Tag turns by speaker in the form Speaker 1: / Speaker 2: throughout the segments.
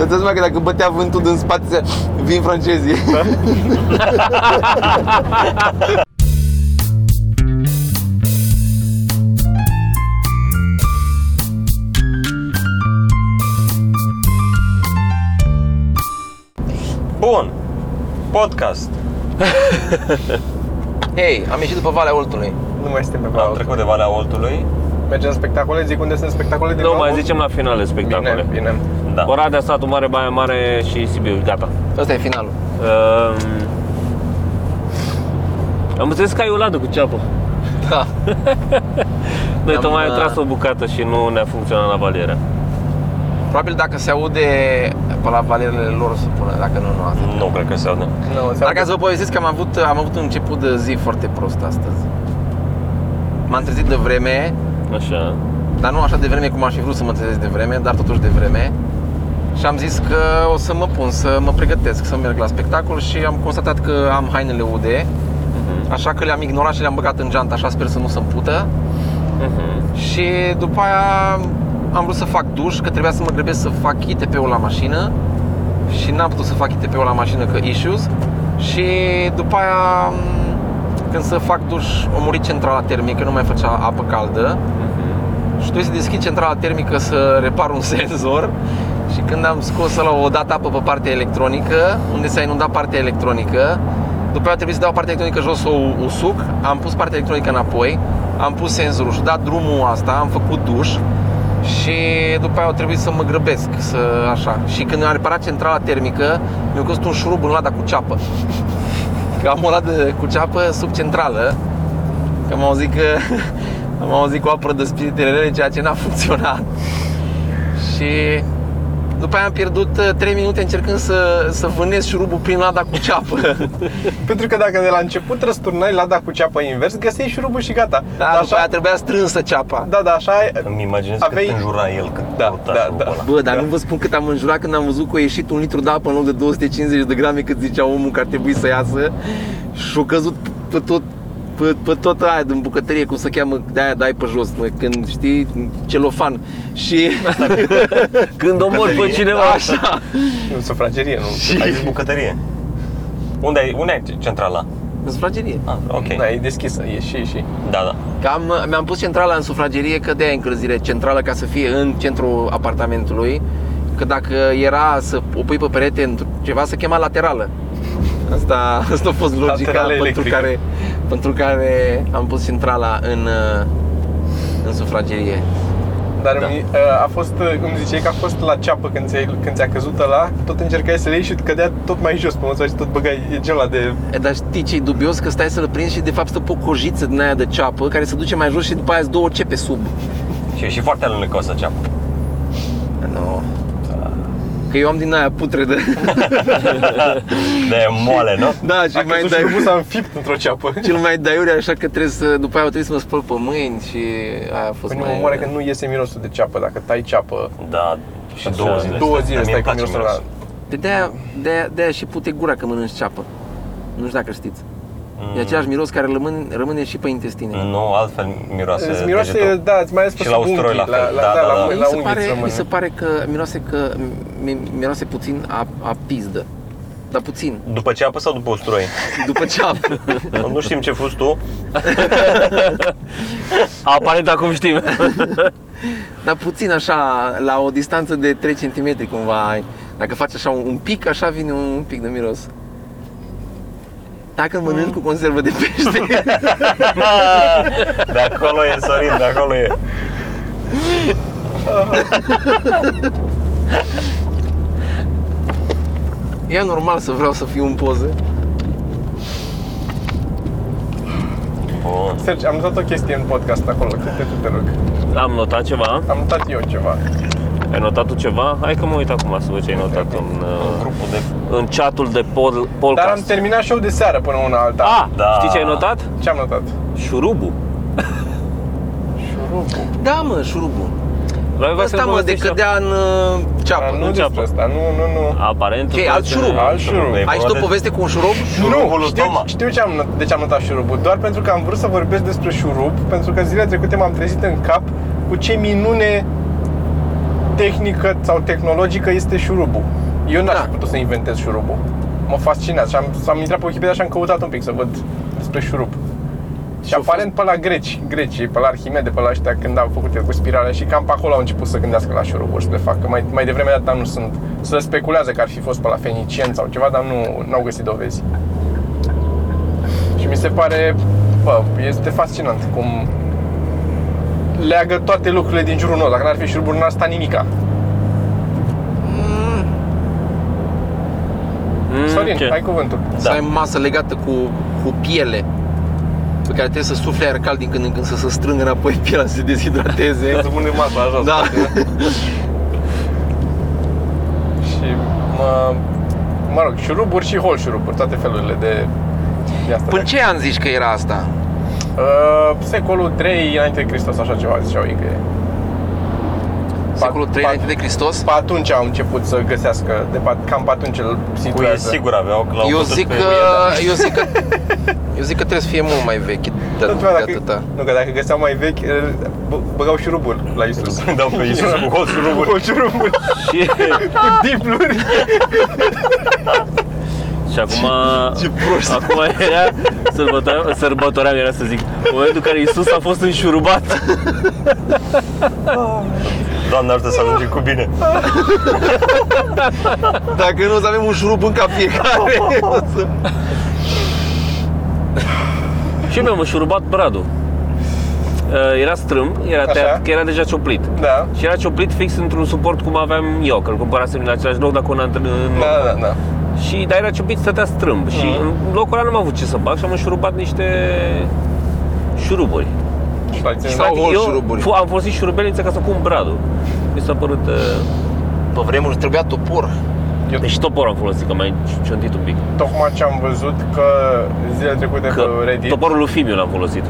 Speaker 1: Îți dai seama că dacă bătea vântul din spate, se... vin francezii.
Speaker 2: Bun. Podcast.
Speaker 1: Hei, am ieșit după Valea Oltului.
Speaker 3: Nu mai suntem pe
Speaker 2: Am
Speaker 3: Paul.
Speaker 2: trecut de Valea Oltului.
Speaker 3: Mergem în spectacole, zic unde sunt spectacole din
Speaker 4: Nu,
Speaker 3: Paul.
Speaker 4: mai zicem la finale spectacole.
Speaker 3: Bine, bine.
Speaker 2: Da.
Speaker 4: Oradea, Satu Mare, Baia Mare și Sibiu, gata.
Speaker 1: Asta e finalul.
Speaker 4: Um, am înțeles că ai o ladă cu ceapă.
Speaker 1: Da.
Speaker 4: Noi
Speaker 1: Am,
Speaker 4: tocmai
Speaker 1: uh,
Speaker 4: am tras o bucată și nu ne-a funcționat la valiera.
Speaker 1: Probabil dacă se aude pe la valerele lor o să pună, dacă nu, nu asta.
Speaker 2: Nu cred că se aude.
Speaker 3: Nu, se
Speaker 1: Dar
Speaker 3: aude.
Speaker 1: ca să vă povestesc că am avut, am avut un început de zi foarte prost astăzi. M-am trezit de vreme,
Speaker 4: Așa.
Speaker 1: dar nu așa de vreme cum aș fi vrut să mă trezesc de vreme, dar totuși de vreme. Și am zis că o să mă pun să mă pregătesc, să merg la spectacol și am constatat că am hainele ude,
Speaker 4: Mhm.
Speaker 1: așa că le-am ignorat și le-am băgat în geantă, așa sper să nu se împută.
Speaker 4: Mhm.
Speaker 1: Și după aia am vrut să fac duș, că trebuia să mă grăbesc să fac ITP-ul la mașină și n-am putut să fac ITP-ul la mașină că issues și după aia m, când să fac duș, o murit centrala termică, nu mai făcea apă caldă
Speaker 4: Mhm.
Speaker 1: și trebuie să deschid centrala termică să repar un senzor și când am scos la o dată apă pe partea electronică, unde s-a inundat partea electronică, după aia trebuie să dau partea electronică jos să o usuc, am pus partea electronică înapoi, am pus senzorul și dat drumul asta, am făcut duș și după aia a trebuit să mă grăbesc, să așa. Și când am reparat centrala termică, mi-a costat un șurub în lada cu ceapă. Că am o ladă cu ceapă sub centrală Că am auzit că am auzit cu apă de spiritele rele, ceea ce n-a funcționat. Și după aia am pierdut uh, 3 minute încercând să, să vânez șurubul prin lada cu ceapă.
Speaker 3: Pentru că dacă de la început răsturnai lada cu ceapă invers, găseai șurubul și gata.
Speaker 1: Da,
Speaker 3: Dar
Speaker 1: după aia trebuia strânsă ceapa.
Speaker 3: da, da, așa e.
Speaker 2: Îmi imaginez
Speaker 3: Aveai-
Speaker 2: că te înjura el cât
Speaker 3: Da,
Speaker 2: căuta
Speaker 3: da,
Speaker 2: șurubul
Speaker 3: da.
Speaker 2: ăla.
Speaker 1: Bă, dar
Speaker 3: Da.
Speaker 1: nu vă spun cât am înjurat când am văzut că a ieșit un litru de apă în loc de 250 de grame cât zicea omul că ar trebui să iasă și a căzut pe tot, pe, pe tot aia din bucătărie, cum se cheamă, de aia dai pe jos, mă, când știi, celofan și
Speaker 4: Când omor pe cineva
Speaker 1: așa.
Speaker 3: Nu, sufragerie, nu.
Speaker 2: Ai zis bucătărie. Unde ai, unde ai centrala?
Speaker 1: În sufragerie.
Speaker 2: Ah, ok.
Speaker 3: Da, e deschisă, e și, și.
Speaker 2: Da, da.
Speaker 1: Că am, mi-am pus centrala în sufragerie, că de-aia e încălzire centrală ca să fie în centrul apartamentului Că dacă era să o pui pe perete în ceva, să chema laterală Asta, asta a fost logica
Speaker 3: Laterală
Speaker 1: pentru
Speaker 3: electrică.
Speaker 1: care, pentru care am pus centrala în, uh, în sufragerie
Speaker 3: Dar
Speaker 1: Da.
Speaker 3: da. mi, a fost, îmi ziceai că a fost la ceapă când ți-a, când ți-a căzut ăla, tot încercai să le iei și cădea tot mai jos pe măsură și tot băgai e genul ăla de...
Speaker 1: E, Dar știi ce dubios? Că stai să-l prinzi și de fapt stă pe o cojiță din aia de ceapă care se duce mai jos și după aia sunt două cepe sub
Speaker 2: Și e și foarte alunecoasă ceapă.
Speaker 1: no.
Speaker 3: Ah.
Speaker 1: Că eu am din aia putredă
Speaker 2: De moale, nu?
Speaker 1: Da, și
Speaker 3: A
Speaker 1: mai
Speaker 3: căzut șurubul s-a înfipt într-o ceapă.
Speaker 1: cel mai daiure, așa că trebuie să, după aia trebuie să mă spăl pe mâini și aia a fost
Speaker 3: Păi nu
Speaker 1: mai...
Speaker 3: mă omoară că nu iese mirosul de ceapă, dacă tai ceapă.
Speaker 2: Da, și
Speaker 4: Așa,
Speaker 2: două zile.
Speaker 3: Două
Speaker 2: stai. Dar
Speaker 3: zile stai
Speaker 2: mie îmi
Speaker 3: cu
Speaker 2: place
Speaker 3: mirosul ăla.
Speaker 1: De de-aia, de-aia, de-aia și pute gura că mănânci ceapă. Nu știu dacă știți.
Speaker 3: Mm.
Speaker 1: E același miros care rămân, rămâne și pe intestine.
Speaker 2: Mm, Nu, altfel miroase
Speaker 3: Îți miroase,
Speaker 2: degetul.
Speaker 3: da, îți mai ales pe
Speaker 2: Și la
Speaker 3: sub
Speaker 2: usturoi
Speaker 3: unghii,
Speaker 2: la fel. Da, da, da.
Speaker 3: la,
Speaker 1: Mie
Speaker 3: la
Speaker 1: Păi, mi, se
Speaker 3: unghii îți
Speaker 1: pare, mi
Speaker 3: rămâne.
Speaker 1: se pare că miroase, că, mi- miroase puțin a, a pizdă. Dar puțin,
Speaker 2: După ceapă sau după usturoi?
Speaker 1: după ceapă.
Speaker 2: nu știm ce fost tu.
Speaker 4: Aparent acum știm
Speaker 1: Dar puțin așa, la o distanță de 3 cm cumva, dacă faci așa un, un pic, așa vine un, pic de miros. Dacă
Speaker 3: Mm.
Speaker 1: mănânci cu conservă de pește,
Speaker 2: De acolo e Sorin, de acolo e.
Speaker 1: e normal să vreau să fiu în poză.
Speaker 2: Bun.
Speaker 3: Sergi, am notat o chestie în podcast acolo, câte te, te rog.
Speaker 4: Am notat ceva?
Speaker 3: Am notat eu ceva.
Speaker 4: Ai notat tu ceva? Hai că mă uit acum să văd ce ai notat în,
Speaker 2: În
Speaker 4: uh,
Speaker 2: grupul de...
Speaker 4: în chatul de pol,
Speaker 3: Dar am
Speaker 4: podcast
Speaker 3: terminat show de seară până una alta.
Speaker 5: Ah,
Speaker 4: A,
Speaker 2: Da.
Speaker 4: știi ce ai notat?
Speaker 3: Ce am notat?
Speaker 4: Șurubul
Speaker 3: Șurubul.
Speaker 1: Da, mă, șurubul.
Speaker 4: La mine
Speaker 1: Asta,
Speaker 4: să-mi
Speaker 1: mă, de
Speaker 4: povestești la-
Speaker 1: cădea în uh,
Speaker 3: Dar
Speaker 1: ceapă.
Speaker 3: nu
Speaker 4: ceapă.
Speaker 3: despre asta, nu, nu, nu.
Speaker 4: Aparent
Speaker 1: Ce, alt
Speaker 4: face-
Speaker 1: șurub?
Speaker 3: Alt șurub.
Speaker 2: E
Speaker 1: Ai și
Speaker 2: vorba
Speaker 1: tu o
Speaker 2: de-
Speaker 1: poveste cu un șurub?
Speaker 2: Șurubul
Speaker 3: nu,
Speaker 2: lui
Speaker 3: știu,
Speaker 2: Toma.
Speaker 3: știu ce am, not- de ce am notat șurubul, doar pentru că am vrut să vorbesc despre șurub, pentru că zilele trecute m-am trezit în cap cu ce minune tehnică sau tehnologică este șurubul. Eu n-aș
Speaker 1: Da.
Speaker 3: fi putut să inventez șurubul. Mă fascinează și am, am intrat pe Wikipedia și am căutat un pic să văd despre șurub. Și
Speaker 1: a
Speaker 3: aparent pe la greci, grecii, pe la Arhimede, pe la ăștia, când au făcut el cu spirale și cam pe acolo au început să gândească la șuruburi și să le facă. Mai, mai devreme de atât nu sunt. Se speculează că ar fi fost pe la fenicieni sau ceva, dar nu au găsit dovezi. Și mi se pare, bă, este fascinant cum leagă toate lucrurile din jurul nostru. Dacă n-ar fi șuruburi, n-ar sta nimica.
Speaker 5: Mm,
Speaker 3: Sorin,
Speaker 5: ce?
Speaker 3: ai cuvântul.
Speaker 1: Să ai masă legată cu, cu piele pe care trebuie să sufle aer cald din când în când să se strângă înapoi pielea să se dezhidrateze.
Speaker 3: Să punem masa așa.
Speaker 1: da.
Speaker 3: Și mă, mă rog, șuruburi și hol șuruburi, toate felurile de, de asta.
Speaker 1: Până ce an zici că era asta?
Speaker 3: Uh, secolul 3 înainte de Hristos, așa ceva ziceau ei că e.
Speaker 1: Secolul 3
Speaker 3: pat-
Speaker 1: înainte de Hristos?
Speaker 3: Pe atunci au început să găsească, de pat, cam pe atunci îl
Speaker 2: Cu e
Speaker 3: situează.
Speaker 2: sigur aveau că l-au
Speaker 1: Eu
Speaker 2: bătut
Speaker 1: zic
Speaker 2: pe
Speaker 1: că
Speaker 2: el,
Speaker 1: eu zic că eu zic că trebuie să fie mult mai vechi de,
Speaker 3: Nu,
Speaker 1: de
Speaker 3: dacă,
Speaker 1: atâta.
Speaker 3: nu, că dacă găseau mai vechi, îl- bă- băgau șurubul la Isus.
Speaker 2: da. Dau pe Iisus cu hol
Speaker 3: Cu
Speaker 2: șuruburi.
Speaker 3: hol șurubul,
Speaker 5: Și,
Speaker 3: cu dipluri.
Speaker 5: și acum, ce, prost. acum era sărbătoarea, sărbătoarea era să zic, momentul în care Iisus a fost înșurubat.
Speaker 2: Doamne ajută să ajungem cu bine.
Speaker 1: Dacă nu, o să avem un șurub în cap fiecare. O să-
Speaker 5: Și eu mi-am înșurubat bradul. Uh, Era strâmb, era
Speaker 3: Așa.
Speaker 5: tăiat, că era deja cioplit.
Speaker 3: Da.
Speaker 5: Și era cioplit fix într-un suport cum aveam eu, că îl cumpărasem din același loc, dar cu un antrenor.
Speaker 3: Da, da, da.
Speaker 5: Și, dar era cioplit, stătea strâmb. Și în locul ăla nu am avut ce să bag și am înșurubat niște șuruburi.
Speaker 3: Și l-ai ținut.
Speaker 1: Sau
Speaker 5: Practic,
Speaker 1: ori
Speaker 5: eu
Speaker 1: șuruburi.
Speaker 5: fu- am folosit șurubeliță ca să pun bradul. Mi s-a părut... Uh,
Speaker 1: Pe vremuri trebuia topor.
Speaker 5: și topor am folosit, că mai ciontit un pic.
Speaker 3: Tocmai ce am văzut că zilele trecute
Speaker 5: Că
Speaker 3: pe Reddit
Speaker 5: toporul lui Fimiu l-am folosit.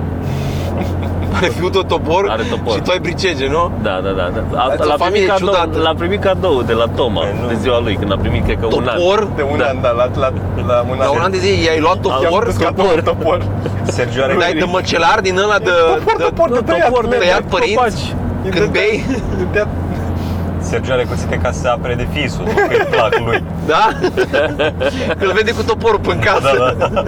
Speaker 1: Are fiul tot topor,
Speaker 5: Are topor.
Speaker 1: și tu ai bricege, nu?
Speaker 5: Da, da, da. da. A,
Speaker 1: Ați o
Speaker 5: l-a,
Speaker 1: familie
Speaker 5: primit cadou,
Speaker 1: ciudată.
Speaker 5: l-a primit cadou de la Toma,
Speaker 2: Păi nu.
Speaker 5: de ziua lui, când a primit, cred că un an.
Speaker 1: Topor?
Speaker 3: de un
Speaker 5: Da.
Speaker 3: an, da, la, la, la un an.
Speaker 1: La un an de zi i-ai luat topor?
Speaker 3: Topor, topor,
Speaker 5: Topor.
Speaker 3: topor. Da,
Speaker 2: Sergiu are
Speaker 1: Dai de măcelar din ăla de...
Speaker 3: Topor,
Speaker 1: de-
Speaker 3: da, topor,
Speaker 5: Nu,
Speaker 3: de
Speaker 5: Da, topor, de
Speaker 1: tăiat
Speaker 5: tăiat
Speaker 1: părinți.
Speaker 5: copaci.
Speaker 1: Când bei?
Speaker 3: De tăiat.
Speaker 2: Sergiu are cuțite ca să se apere de fisul, nu că îi plac lui.
Speaker 1: Da? Că îl vede cu toporul în casă.
Speaker 2: Da, da.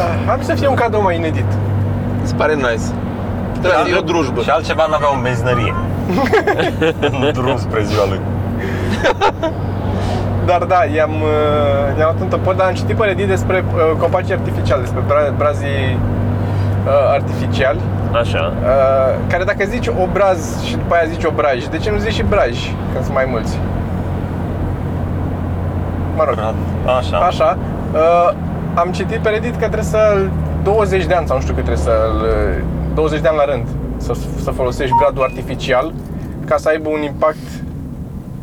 Speaker 3: Ah, Am să fie un cadou mai inedit.
Speaker 1: Se pare nice. Trebuie să fie Da, o drujbă.
Speaker 2: da. Și altceva nu avea o benzinărie. în drum spre ziua lui.
Speaker 3: Dar da, i-am, uh, i-am luat un topor, dar am citit pe Reddit despre uh, copacii artificiali, despre bra- brazii uh, artificiali,
Speaker 5: Așa.
Speaker 3: uh, care dacă zici obraz și după aia zici obraj, de ce nu zici și braj, când sunt mai mulți? Mă rog.
Speaker 2: Așa.
Speaker 3: Așa. Uh, am citit pe Reddit că trebuie să 20 de ani sau nu știu cât trebuie să 20 de ani la rând să, să folosești bradul artificial ca să aibă un impact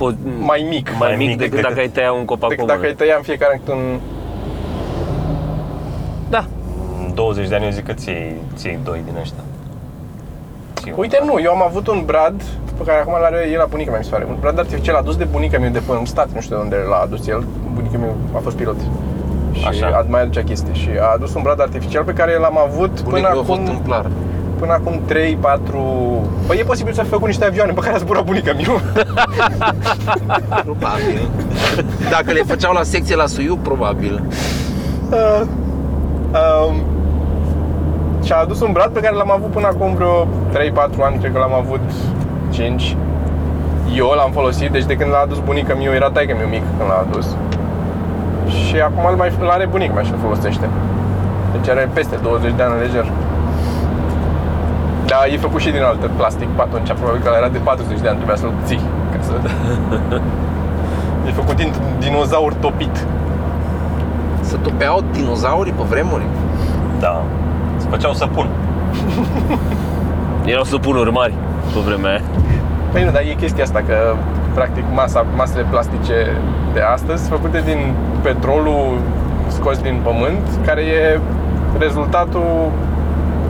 Speaker 5: Po-
Speaker 3: mai mic
Speaker 5: mai mic decât dacă ai tăia un copac
Speaker 3: decât
Speaker 5: cu
Speaker 3: dacă
Speaker 5: mână.
Speaker 3: îi tăia în fiecare câte un
Speaker 5: Da.
Speaker 2: În 20 de ani eu zic că ți ți doi din ăștia. Ții un
Speaker 3: Uite, nu, eu am avut un brad pe care acum l-are el la bunica mea, mi se pare. Un brad artificial adus de bunica mea de până în stat, nu știu de unde l-a adus el. Bunica mea a fost pilot. Și
Speaker 2: Așa.
Speaker 3: a mai aducea chestii și a adus un brad artificial pe care l-am avut
Speaker 1: Bunicul
Speaker 3: până
Speaker 1: a fost
Speaker 3: acum
Speaker 1: tâmplar.
Speaker 3: până acum 3, 4... Păi e posibil să fi făcut niște avioane pe care a zburat bunica mea.
Speaker 1: Probabil. Dacă le făceau la secție la Suiu, probabil.
Speaker 3: Uh, um, și a adus un brad pe care l-am avut până acum vreo 3-4 ani, cred că l-am avut 5. Eu l-am folosit, deci de când l-a adus bunica mea, era taică meu mic când l-a adus. Și acum îl mai îl are bunic mai și îl folosește. Deci are peste 20 de ani lejer. Dar e făcut și din altă plastic pe atunci, probabil că ăla era de 40 de ani, trebuia să-l ții ca să... e făcut din dinozaur topit.
Speaker 1: Se topeau dinozaurii pe vremuri?
Speaker 2: brad. Da. Îți făceau să pun.
Speaker 5: Erau supunuri mari pe vremea
Speaker 4: eh?
Speaker 5: aia.
Speaker 3: Păi nu, dar e chestia asta că practic masa, masele plastice de astăzi făcute din petrolul scos din pământ, care e rezultatul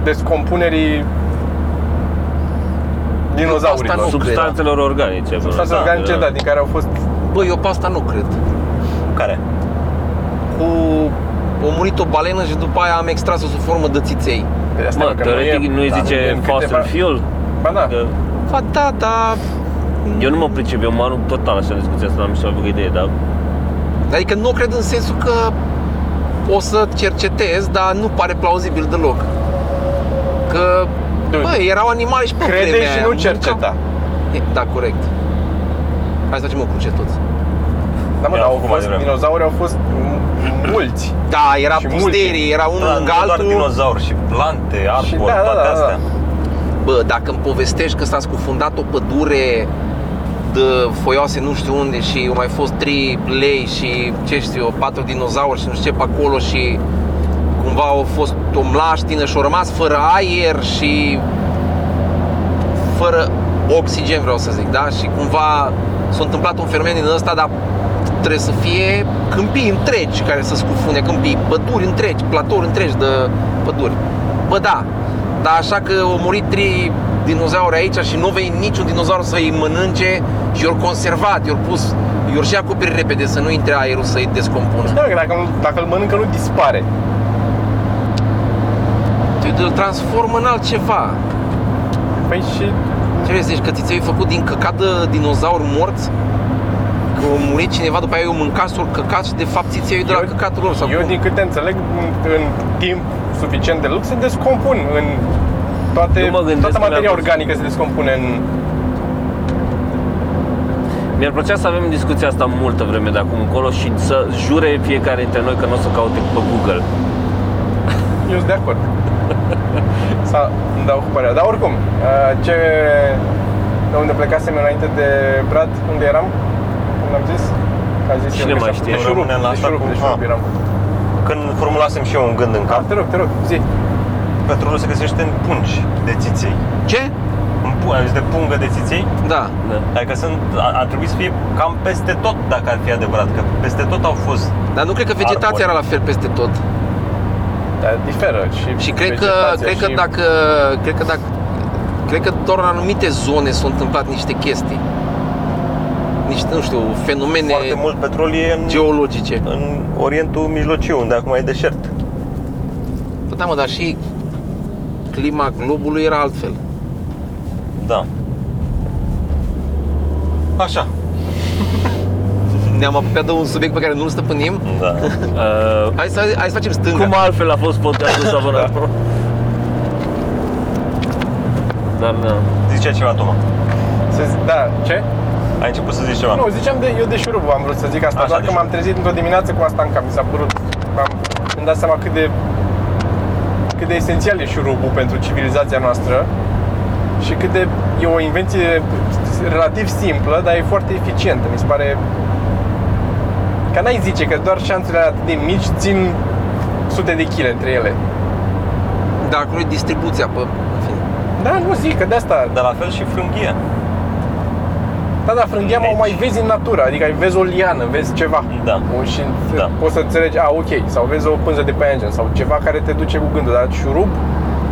Speaker 3: descompunerii
Speaker 1: Nu
Speaker 3: dinozaurilor.
Speaker 1: cred,
Speaker 5: Substanțelor organice.
Speaker 3: Substanțe
Speaker 5: până la
Speaker 3: organice,
Speaker 5: urmă.
Speaker 3: da, din care au fost
Speaker 1: Bă, eu pe asta nu cred.
Speaker 2: Care?
Speaker 1: Cu... O murit o balenă și după aia am extras-o sub formă de țiței.
Speaker 3: de asta
Speaker 5: Mă,
Speaker 3: că
Speaker 5: teoretic nu-i
Speaker 3: da,
Speaker 5: zice
Speaker 3: în
Speaker 5: fossil
Speaker 3: câteva-
Speaker 5: fuel?
Speaker 3: Ba da,
Speaker 5: Că
Speaker 1: Ba da, dar
Speaker 4: Eu nu mă pricep, eu mă arunc total așa în discuția asta, n-am nicio altă idee, dar
Speaker 1: Adică nu cred în sensul că o să cercetez, dar nu pare plauzibil deloc. Că,
Speaker 3: Dude.
Speaker 1: bă, erau animale și pe
Speaker 3: Crede
Speaker 1: vremea
Speaker 3: și
Speaker 1: aia,
Speaker 3: nu
Speaker 1: mâncau-
Speaker 3: cerceta.
Speaker 1: E, Da, corect. Hai să facem o cruce toți.
Speaker 3: Da, mă,
Speaker 2: Eu
Speaker 3: dar
Speaker 2: am
Speaker 3: au
Speaker 2: făcut mai
Speaker 3: fost,
Speaker 2: devreme.
Speaker 3: dinozauri au fost m- mulți.
Speaker 1: Da, era
Speaker 3: Și
Speaker 1: pusterii,
Speaker 3: multe.
Speaker 1: era unul
Speaker 2: Da,
Speaker 1: lângă
Speaker 2: nu doar
Speaker 1: altul.
Speaker 2: dinozauri și plante,
Speaker 3: Și
Speaker 2: arbori,
Speaker 3: da, da,
Speaker 2: toate
Speaker 3: da, da.
Speaker 2: astea.
Speaker 1: Bă, dacă îmi povestești că s-a scufundat o pădure de foioase nu știu unde și au mai fost trei lei și ce știu eu, patru dinozauri și nu știu ce pe acolo și cumva au fost o mlaștină și au rămas fără aer și fără oxigen vreau să zic, da? Și cumva s-a întâmplat un fenomen din ăsta, dar trebuie să fie câmpii întregi care să scufunde, câmpii, păduri întregi, platouri întregi de păduri. Bă, da, dar așa că au murit trei dinozauri aici și nu vei niciun dinozaur să-i mănânce și i-au conservat, i-au pus, i-au și acoperit repede să nu intre aerul să-i descompună.
Speaker 3: Da, că dacă, nu- dacă îl mănâncă nu dispare.
Speaker 1: Tu îl transformă în altceva.
Speaker 3: Păi și
Speaker 1: Ce vrei să zici, că ți ți-ai făcut din căcat de dinozauri morți? Că a murit cineva, după aia eu mâncat, s-au căcat și de fapt ți ți de la
Speaker 3: Eu-
Speaker 1: căcatul lor sau
Speaker 3: eu
Speaker 1: cum?
Speaker 3: din câte înțeleg, în, în timp suficient de lung se descompun în
Speaker 4: Nu
Speaker 3: toate,
Speaker 4: mă gândesc
Speaker 3: toată
Speaker 4: că
Speaker 3: materia
Speaker 4: le-am văzut.
Speaker 3: organică se descompune în...
Speaker 4: mi-ar plăcea să avem discuția asta multă vreme de acum încolo și să jure fiecare dintre noi că nu o să caute pe Google.
Speaker 3: Eu sunt de acord. Să îmi dau cu părerea. Dar oricum, uh, ce... De unde plecasem înainte de Brad, unde eram? Cum am zis? Că A zis
Speaker 4: Cine
Speaker 3: eu că
Speaker 4: mai
Speaker 3: și-a-
Speaker 4: știe?
Speaker 3: De șurub,
Speaker 2: Rămânem la
Speaker 3: de
Speaker 2: asta
Speaker 3: șurub,
Speaker 2: cu-
Speaker 3: de șurub
Speaker 2: Ah.
Speaker 3: eram.
Speaker 2: Când formulasem și eu un gând în
Speaker 3: Da,
Speaker 2: cap,
Speaker 3: te rog, te rog, zi.
Speaker 2: petrolul se găsește în pungi de țiței.
Speaker 1: Ce?
Speaker 2: În pu- ai zis de pungă de țiței?
Speaker 1: Da.
Speaker 4: Da.
Speaker 2: Adică sunt, ar, ar trebui să fie cam peste tot, dacă ar fi adevărat, că peste tot au fost.
Speaker 1: Dar nu cred că
Speaker 2: Arbori.
Speaker 1: vegetația era la fel peste tot.
Speaker 3: Da, diferă și
Speaker 1: Și cred că,
Speaker 3: vegetația
Speaker 1: cred că
Speaker 3: și-
Speaker 1: dacă, cred că dacă, cred că doar în anumite zone s-au întâmplat niște chestii. Niște, nu știu, fenomene
Speaker 2: Foarte mult petrol e în,
Speaker 1: geologice.
Speaker 2: în Orientul Mijlociu, unde acum e deșert.
Speaker 1: Bă, Da, mă, dar și clima globului era altfel.
Speaker 2: Da. Așa.
Speaker 1: Ne-am apucat de un subiect pe care nu-l stăpânim.
Speaker 2: Da.
Speaker 4: Uh,
Speaker 1: Hai să, hai să facem stânga.
Speaker 4: cum altfel a fost podcastul ăsta până
Speaker 3: Da.
Speaker 4: acum? Dar da.
Speaker 2: Zicea ceva, Toma.
Speaker 3: se- Da, ce?
Speaker 2: Ai început să zici ceva.
Speaker 3: Nu, ziceam de, eu de șurub am vrut să zic asta,
Speaker 2: Așa,
Speaker 3: doar
Speaker 2: de
Speaker 3: că m-am
Speaker 2: șurub.
Speaker 3: trezit într-o dimineață cu asta în cap, mi s-a părut, am, îmi dat seama cât de, cât de esențial e șurubul pentru civilizația noastră și cât de, e o invenție relativ simplă, dar e foarte eficientă, mi se pare, ca n-ai zice că doar șanțele alea atât de mici țin sute de chile între ele.
Speaker 1: Dar acolo e distribuția, pe... în fine.
Speaker 3: Da, nu zic, că de asta,
Speaker 2: Dar la fel și frânghia.
Speaker 3: da, da, frânghia mă
Speaker 2: Deci-
Speaker 3: mai vezi în natură, adică ai vezi o liană, vezi ceva.
Speaker 2: Da.
Speaker 3: O, și
Speaker 2: Da.
Speaker 3: da. poți să înțelegi, a, ok, sau vezi o pânză de paianjen sau ceva care te duce cu gândul, dar șurub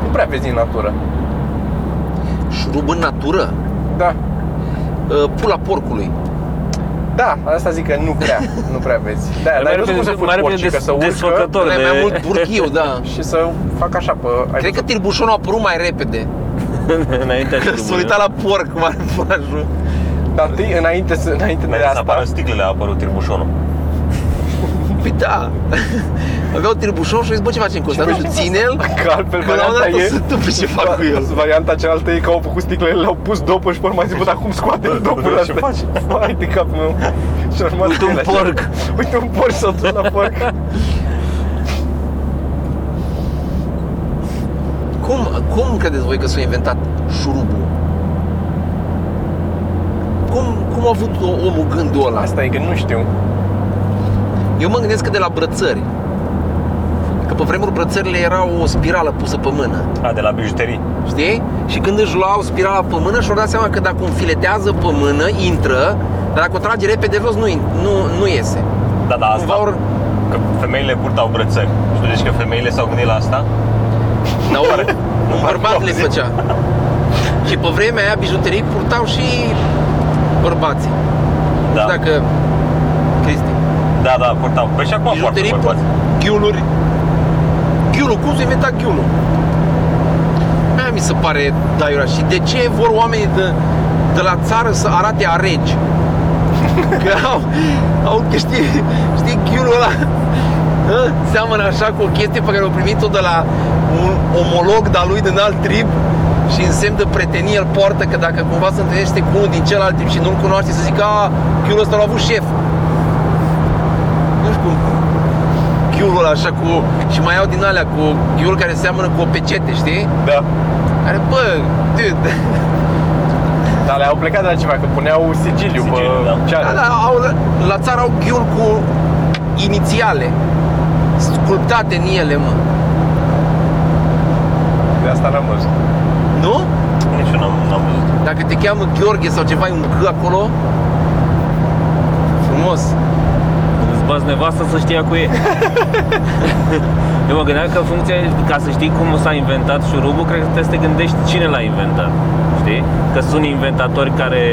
Speaker 3: nu prea vezi în natură.
Speaker 1: Șurub în natură?
Speaker 3: Da,
Speaker 1: Uh, Pula porcului.
Speaker 3: da, asta zic că nu prea, nu prea vezi. Da, dar
Speaker 4: Mai
Speaker 3: ai văzut cum se
Speaker 4: repede-
Speaker 3: fut
Speaker 4: mai repede
Speaker 3: porcii, că
Speaker 4: des-
Speaker 3: să urcă
Speaker 4: desfăcător
Speaker 1: Ăla e
Speaker 4: de...
Speaker 1: mai mult burchiu, da.
Speaker 3: și să fac așa pe... ai
Speaker 1: Cred că
Speaker 3: văzut?
Speaker 1: Tirbușonul a apărut mai repede.
Speaker 4: Înaintea
Speaker 1: Că s-a uitat la porc, cum ar purajul.
Speaker 3: Dar întâi, înainte, să, înainte de
Speaker 2: Înainte să
Speaker 3: asta,
Speaker 2: apară sticlele, a apărut tirbușonul.
Speaker 1: Păi da. Aveau Tirbușon și au zis, bă, ce facem cu ăsta? Nu știu, ține-l.
Speaker 3: că altfel
Speaker 1: Că la un
Speaker 3: varianta
Speaker 1: dat o să
Speaker 3: e...
Speaker 1: întâmple ce fac cu el.
Speaker 3: Varianta cealaltă e că au făcut sticlele, le-au pus dopul și pe urmă a zis, bă, dar cum scoatem dopul
Speaker 2: Ce
Speaker 3: ăsta? Hai de capul meu. Și a rămas
Speaker 4: Uite
Speaker 3: cu
Speaker 4: un
Speaker 3: ele așa.
Speaker 4: porc.
Speaker 3: Uite un porc s-a dus la porc.
Speaker 1: Cum, cum credeți voi că s-a inventat șurubul? Cum, cum a avut o- omul gândul ăla?
Speaker 3: Asta e că nu știu.
Speaker 1: Eu mă gândesc că de la brățări. Că pe vremuri brățările erau o spirală pusă pe mână.
Speaker 2: A, de la bijuterii.
Speaker 1: Știi? Și când își luau spirala pe mână și-au dat seama că dacă o filetează pe mână, intră, dar dacă o trage repede jos, nu, in- nu, nu iese.
Speaker 2: Da, da, asta.
Speaker 1: Cumva ori-
Speaker 2: Că femeile purtau brățări. Și tu zici că femeile s-au gândit la asta?
Speaker 1: Dar ori, un bărbat le făcea. Și pe vremea aia bijuterii purtau și bărbații. Nu
Speaker 2: Da.
Speaker 1: știu dacă... Cristi.
Speaker 2: Da, da, purtau. Păi și acum poartă
Speaker 1: Bijuterii port
Speaker 2: bărbați.
Speaker 1: ghiuluri. Ghiulul, cum se inventa ghiulul? Aia mi se pare daiura. Și de ce vor oamenii de de la țară să arate a regi. Că au, au că știi, știi chiulul ăla hă, seamănă așa cu o chestie pe care o primit-o de la un omolog de-a lui din alt trib și în semn de pretenie îl poartă că dacă cumva se întâlnește cu unul din celălalt trib și nu-l cunoaște să zică a, chiulul ăsta l-a avut șef. Nu știu cum ghiulul ăla așa cu... Și mai au din alea cu ghiul care seamănă cu o pecete, știi?
Speaker 3: Da.
Speaker 1: Care, bă, dude,
Speaker 3: Dar le-au plecat de la ceva, că puneau sigiliu,
Speaker 2: Sigiliu,
Speaker 3: pe
Speaker 2: da.
Speaker 3: ceară.
Speaker 1: Da, da, au, la țară au ghiul cu inițiale sculptate în ele, mă.
Speaker 3: De asta n-am văzut.
Speaker 1: Nu?
Speaker 2: Nici eu n-am, n-am văzut.
Speaker 1: Dacă te cheamă Gheorghe sau ceva, e un G acolo. Frumos.
Speaker 5: Îți bați nevastă să știa cu ei. Eu mă gândeam că funcția, ca să știi cum s-a inventat șurubul, cred că trebuie să te gândești cine l-a inventat. Știi? Că sunt unii inventatori care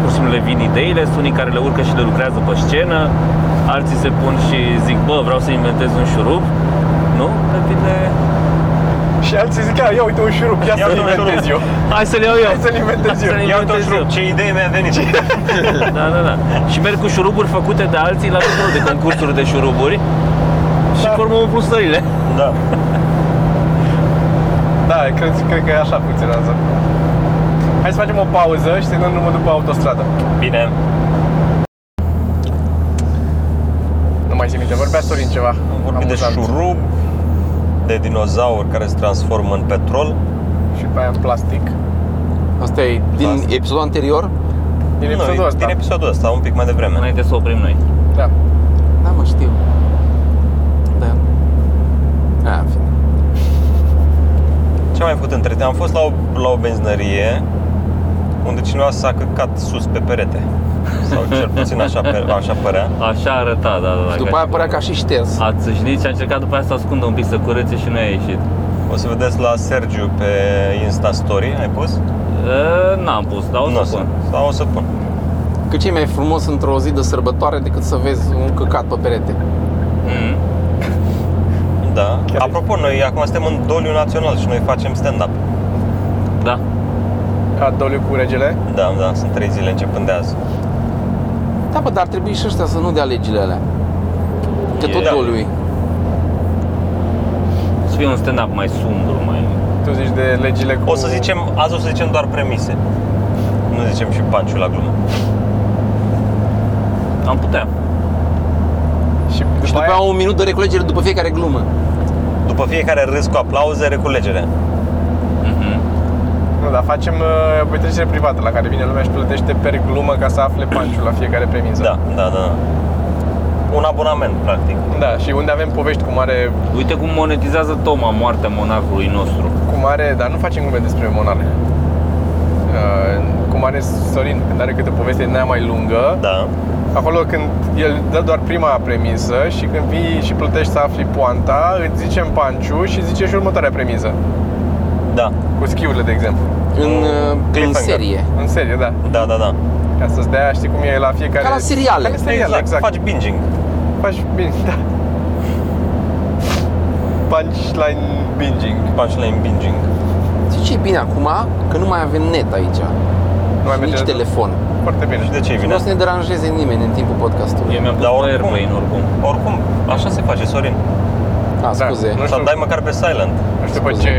Speaker 5: pur și simplu le vin ideile, sunt unii care le urcă și le lucrează pe scenă, alții se pun și zic, bă, vreau să inventez un șurub. Nu? Pe tine...
Speaker 3: Și alții zic, ia, ia uite un șurub, ia
Speaker 2: Ia
Speaker 3: să-l
Speaker 2: uite un
Speaker 3: inventez eu.
Speaker 2: șurub.
Speaker 5: Hai să-l iau eu!
Speaker 3: Hai să-l inventez eu.
Speaker 5: Să-l
Speaker 2: Ia uite un
Speaker 5: inventez eu.
Speaker 2: șurub, ce idee mi-a venit.
Speaker 5: Da, da, da. Și merg cu șuruburi făcute de alții la tot felul de concursuri de șuruburi și
Speaker 3: Da.
Speaker 5: formă umplu sările.
Speaker 2: da.
Speaker 3: Da, cred, cred că așa funcționează. Hai să facem o pauză și să dăm drumul după autostradă.
Speaker 2: Bine.
Speaker 3: Nu mai țin minte, vorbea Sorin ceva.
Speaker 2: Am vorbit de
Speaker 3: amuzant.
Speaker 2: șurub, de dinozauri care se transformă în petrol.
Speaker 3: Și pe aia în plastic.
Speaker 1: Asta e din
Speaker 2: Asta.
Speaker 1: episodul anterior?
Speaker 3: Din
Speaker 2: Nu,
Speaker 3: episodul ăsta.
Speaker 2: Din episodul ăsta, un pic mai devreme.
Speaker 5: Înainte să oprim noi.
Speaker 3: Da.
Speaker 1: Da, mă, știu. Da. A, în fine.
Speaker 2: Ce am mai făcut între timp? Am fost la o, la o benzinărie unde cineva s-a căcat sus pe perete. Sau cel puțin așa, pe, așa părea.
Speaker 5: Așa arăta, da, da, da.
Speaker 1: Și după
Speaker 5: ca
Speaker 1: aia
Speaker 5: și
Speaker 1: părea
Speaker 5: cum.
Speaker 1: că a și șters.
Speaker 5: A țâșnit și a încercat după aia să ascundă un pic să curețe și nu i-a ieșit.
Speaker 2: O să vedeți la Sergiu pe Insta Story, ai pus?
Speaker 5: E, N-am pus, dar
Speaker 2: Nu
Speaker 5: o să pun.
Speaker 2: Sau o să pun.
Speaker 1: Că ce e mai frumos într-o zi de sărbătoare decât să vezi un căcat pe perete?
Speaker 5: Mhm.
Speaker 2: Da.
Speaker 3: Chiar e.
Speaker 2: Apropo, noi acum suntem în doliu național și noi facem stand-up.
Speaker 5: Da.
Speaker 3: Adoliu cu regele.
Speaker 2: Da, da, sunt trei zile începând de azi.
Speaker 1: Da, bă, dar ar trebui și ăștia să nu dea legile alea. Că
Speaker 5: E-
Speaker 1: tot
Speaker 2: da.
Speaker 1: lui.
Speaker 5: Să fie un stand-up mai sumbru, mai...
Speaker 3: Tu zici de legile cu...
Speaker 2: O
Speaker 5: Oh.
Speaker 2: să zicem, azi o să zicem doar premise. Nu zicem și panciul la glumă.
Speaker 5: Am putea.
Speaker 3: Și după,
Speaker 1: Și după aia un minut de reculegere după fiecare glumă.
Speaker 2: După fiecare râs cu aplauze, reculegere.
Speaker 5: Mhm.
Speaker 3: Nu, dar facem uh, o petrecere privată la care vine lumea și plătește per glumă ca să afle panciul la fiecare premiză.
Speaker 2: Da,
Speaker 5: Exact.
Speaker 2: da, da. da. Un abonament, practic.
Speaker 3: Da, și unde avem povești cu mare,
Speaker 5: Uite cum monetizează Toma moartea monarhului nostru.
Speaker 3: cu mare, dar nu facem glume despre monarhe. Uh, Cu mare Sorin, când are câte o poveste din aia mai lungă,
Speaker 2: Da.
Speaker 3: acolo când el dă doar prima premisă și când vii și plătești să afli poanta, îți zicem panciu și zice și următoarea premisă.
Speaker 2: Da.
Speaker 3: Cu schiurile, de exemplu.
Speaker 1: În, uh, în
Speaker 2: cliffhanger.
Speaker 1: serie.
Speaker 3: În serie, da.
Speaker 2: Da, da, da.
Speaker 3: Ca să-ți dea, știi cum e la fiecare...
Speaker 1: Ca la seriale.
Speaker 3: Ca la seriale, exact.
Speaker 2: Faci binging.
Speaker 3: Faci bine, da. Punchline binging.
Speaker 2: Punchline binging.
Speaker 1: Zici ce e bine acum? Că nu mai avem net aici.
Speaker 3: Nu mai
Speaker 1: și nici
Speaker 3: merge
Speaker 1: telefon. Și
Speaker 3: foarte
Speaker 2: Și
Speaker 3: bine.
Speaker 2: de ce e
Speaker 1: Nu o
Speaker 2: vine?
Speaker 1: să ne deranjeze nimeni în timpul podcastului.
Speaker 5: Eu mi-am pus
Speaker 2: Dar
Speaker 5: pe
Speaker 2: oricum-
Speaker 5: Airplane oricum.
Speaker 2: Oricum, așa se face, Sorin.
Speaker 1: A,
Speaker 3: Da,
Speaker 1: scuze.
Speaker 3: nu
Speaker 2: Sau
Speaker 3: știu, Da,
Speaker 2: dai măcar pe silent.
Speaker 3: nu știu pe
Speaker 1: scuze.
Speaker 3: ce,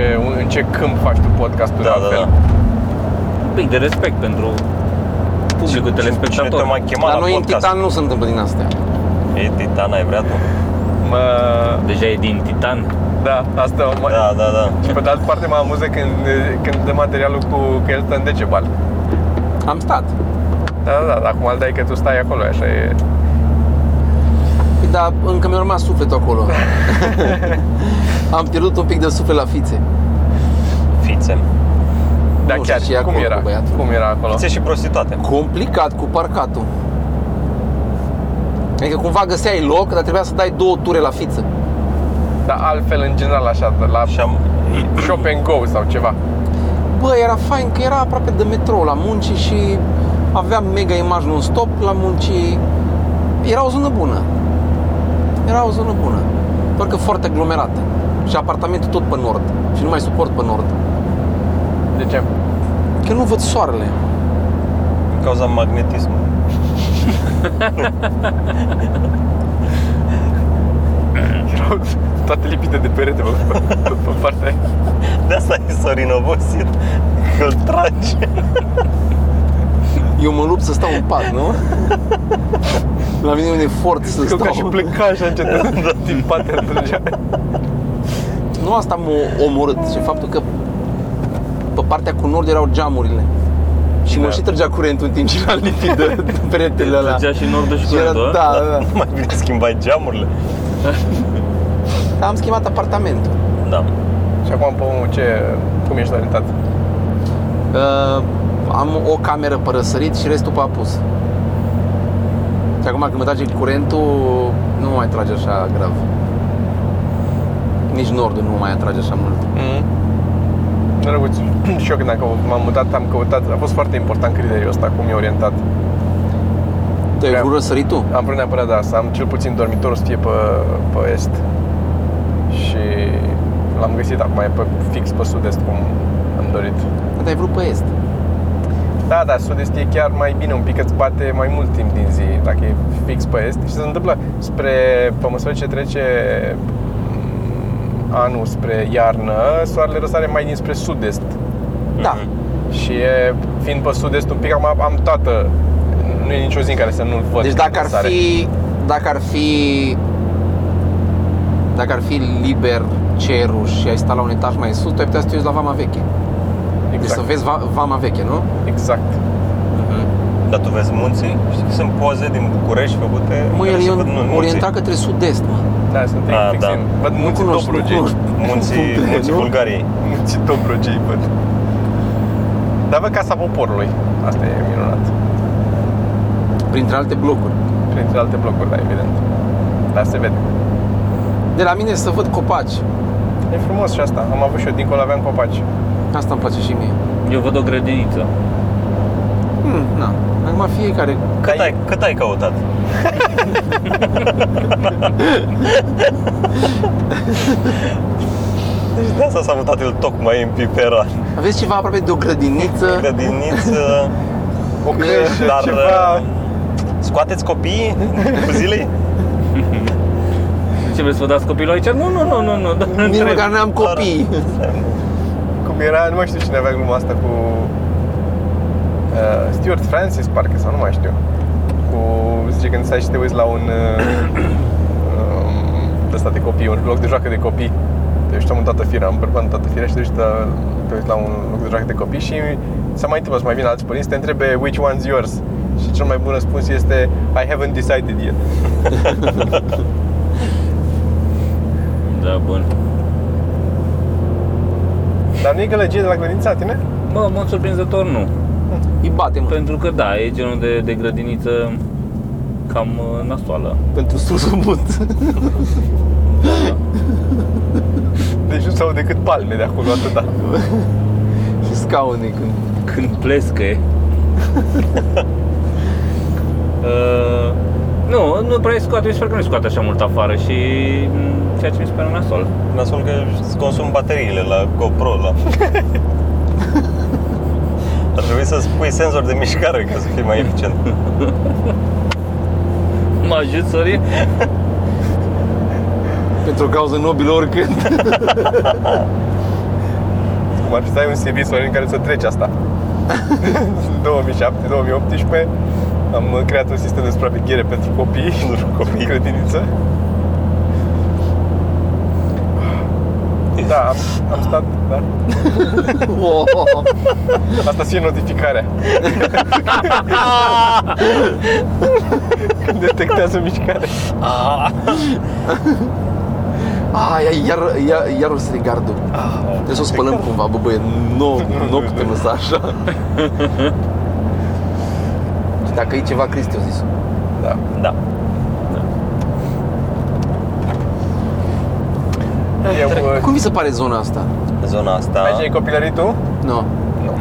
Speaker 3: în ce câmp faci tu podcastul
Speaker 2: Da, da,
Speaker 3: altfel.
Speaker 2: da.
Speaker 5: Un pic Păi, de respect pentru publicul
Speaker 2: Cine te-a
Speaker 5: telespectator.
Speaker 2: mai chemat
Speaker 1: La
Speaker 2: la
Speaker 1: noi în
Speaker 2: podcast?
Speaker 1: Titan nu se întâmplă din astea.
Speaker 2: E Titan, ai vrea tu?
Speaker 3: Mă,
Speaker 5: Deja e din Titan.
Speaker 3: da, asta o mai...
Speaker 2: Da, da, da.
Speaker 3: Și pe de altă parte mă amuză când, când dă materialul cu că el stă în decebal.
Speaker 1: Am stat.
Speaker 3: Da, da, da, acum îl dai că tu stai acolo, așa e.
Speaker 1: Păi, dar încă mi-a rămas sufletul acolo. Am pierdut un pic de suflet la fițe.
Speaker 2: Fițe.
Speaker 3: Da,
Speaker 1: Nu
Speaker 3: chiar,
Speaker 1: știu ce e
Speaker 3: cum
Speaker 1: acolo
Speaker 3: era?
Speaker 1: cu băiatul.
Speaker 3: Cum era acolo?
Speaker 2: Fițe și prostitate.
Speaker 1: Complicat cu parcatul. Adică cumva găseai loc, dar trebuia să dai două ture la fiță.
Speaker 3: Dar altfel, în general, așa, de la
Speaker 2: Și am...
Speaker 3: shop and go sau ceva.
Speaker 1: Bă, era fain că era aproape de metrou la muncii și aveam mega imagini non-stop la muncii. Era o zonă bună. Era o zonă bună. Doar că foarte aglomerată. Și apartamentul tot pe nord. Și nu mai suport pe nord.
Speaker 3: De ce?
Speaker 1: Că nu văd soarele.
Speaker 2: cauza magnetismului.
Speaker 3: Erau toate lipite de perete pe, pe partea aia.
Speaker 2: De asta e Sorin obosit, că îl trage.
Speaker 1: Da, Eu mă lupt să stau în pat, nu? La mine e un efort să
Speaker 3: Că ca și
Speaker 1: stau.
Speaker 3: pleca așa încet din patele trăgea.
Speaker 1: Nu asta m-a omorât, ci faptul că pe partea cu nord erau geamurile. Și mă
Speaker 2: Da.
Speaker 1: și trăgea curentul în timp ce l-am lipit de, de peretele ăla.
Speaker 4: Trăgea și nordul și
Speaker 1: Și era,
Speaker 4: curentul,
Speaker 1: da,
Speaker 4: a?
Speaker 1: da, da.
Speaker 2: Nu mai bine schimbai geamurile.
Speaker 1: Dar am schimbat apartamentul.
Speaker 2: Da.
Speaker 3: Și acum, pe omul, ce, cum ești orientat?
Speaker 1: Uh, am o cameră pe răsărit și restul pe apus. Și acum când mă trage curentul, nu mă mai trage așa grav. Nici nordul nu mă mai atrage așa mult.
Speaker 3: Mm. Drăguț. și eu când am căut- m-am mutat, am căutat, a fost foarte important criteriul ăsta, cum e orientat.
Speaker 1: Tu ai
Speaker 3: Vreau.
Speaker 1: vrut răsăritul?
Speaker 3: Am vrut neapărat, da, să am cel puțin dormitorul să fie pe, pe est. Și l-am găsit acum, e pe, fix pe sud-est, cum am dorit.
Speaker 1: Dar ai vrut pe est.
Speaker 3: Da, da, sud-est e chiar mai bine un pic, îți bate mai mult timp din zi, dacă e fix pe est. Și se întâmplă spre, pe măsură ce trece mm, anul spre iarnă, soarele răsare mai dinspre sud-est.
Speaker 1: Da.
Speaker 2: Mm-hmm.
Speaker 3: Și e, fiind pe sud-est un pic, am, am toată, nu e nicio zi în care să nu-l văd.
Speaker 1: Deci dacă ar
Speaker 3: răsare.
Speaker 1: fi, dacă ar fi, dacă ar fi liber cerul și ai sta la un etaj mai sus, tu ai putea să te uiți la vama veche. Deci să
Speaker 3: Exact,
Speaker 1: vezi va, vama veche, nu?
Speaker 3: exact.
Speaker 2: Dar tu vezi munții? Știi că sunt poze din București făcute?
Speaker 1: Mă,
Speaker 2: care
Speaker 1: el
Speaker 2: se
Speaker 1: e
Speaker 2: văd, nu,
Speaker 1: în-
Speaker 2: munții.
Speaker 1: orientat către sud-est, mă.
Speaker 3: Da, sunt
Speaker 2: A,
Speaker 3: fix
Speaker 2: da.
Speaker 3: în, văd
Speaker 1: Nu
Speaker 3: munții
Speaker 1: cunoști, nu
Speaker 3: Dobrogei.
Speaker 1: cunoști.
Speaker 2: Munții,
Speaker 1: Nu?
Speaker 2: munții Bulgariei.
Speaker 3: Munții Dobrogei, văd. Dar văd Casa Poporului, asta e minunat.
Speaker 1: Printre alte blocuri.
Speaker 3: printre alte blocuri, da, evident. Dar se vede.
Speaker 1: De la mine să văd copaci.
Speaker 3: E frumos și asta. Am avut și eu dincolo, aveam copaci.
Speaker 1: Asta îmi place și mie.
Speaker 4: Eu văd o grădiniță.
Speaker 1: Hmm, na. Acum fiecare...
Speaker 2: Cât
Speaker 3: Dar
Speaker 2: ai, cât ai căutat? deci de asta s-a mutat el tocmai în Pipera.
Speaker 1: Aveți ceva aproape de o grădiniță?
Speaker 2: Grădiniță,
Speaker 3: O creșă,
Speaker 2: dar
Speaker 3: ceva...
Speaker 2: uh, scoateți copiii cu zilei?
Speaker 4: Ce vreți să vă dați copilul aici? Nu, nu, nu, nu, nu, doar
Speaker 1: Nici
Speaker 4: întreb.
Speaker 1: măcar n-am copii.
Speaker 3: Cum era, nu mai știu cine avea gluma asta cu... Uh, Stuart Francis, parcă, sau nu mai știu. Cu... Zice, când stai și te uiți la un... Uh, um, de asta de copii, un loc de joacă de copii. Te uiți în toată firea, în bărbat în toată firea și te uiți, la, te uiți la un loc de joacă de copii și se mai întâmplă să mai vină alți părinți, te întrebe which one's yours. Și cel mai bun răspuns este I haven't decided yet.
Speaker 4: Da, bun.
Speaker 3: Dar nu e gălăgie de la grădinița tine?
Speaker 4: Bă, mă, surprinzător nu.
Speaker 1: Îi bate, mă.
Speaker 4: Pentru că da, e genul de, de grădiniță cam uh, nasoală.
Speaker 1: Pentru susul mut.
Speaker 4: Da.
Speaker 3: Deci nu s-au decât palme de acolo atâta.
Speaker 1: și scaune când...
Speaker 4: Când plescă e. uh, nu, nu prea e scoate, mi se pare că nu scoate așa mult afară și m, ceea ce mi se pare nasol.
Speaker 2: Nasul că îți consum bateriile la GoPro la... Ar trebui să-ți pui senzor de mișcare ca să fii mai eficient.
Speaker 4: Mă ajut, Sorin?
Speaker 1: Pentru o cauză nobilă oricând.
Speaker 3: Cum ar fi să ai un CV Sorin care să treci asta. În 2007-2018 am creat un sistem de supraveghere pentru copii, pentru copii în grădiniță. Da, am, am stat, da.
Speaker 1: Oh.
Speaker 3: Asta ție notificarea. Când detectează mișcare.
Speaker 1: Ah, ia- iar, iar, iar o stric gardul.
Speaker 2: Ah,
Speaker 1: Trebuie să o spălăm cumva, bă băie, nu, nu o putem lăsa așa. Și Dacă e ceva, Cristi o zis.
Speaker 3: Da.
Speaker 2: Da.
Speaker 3: Eu, uh,
Speaker 1: Cum vi se pare zona asta?
Speaker 2: Zona
Speaker 3: aici
Speaker 2: asta...
Speaker 3: ai copilărit tu?
Speaker 1: Nu. No.
Speaker 3: Nu.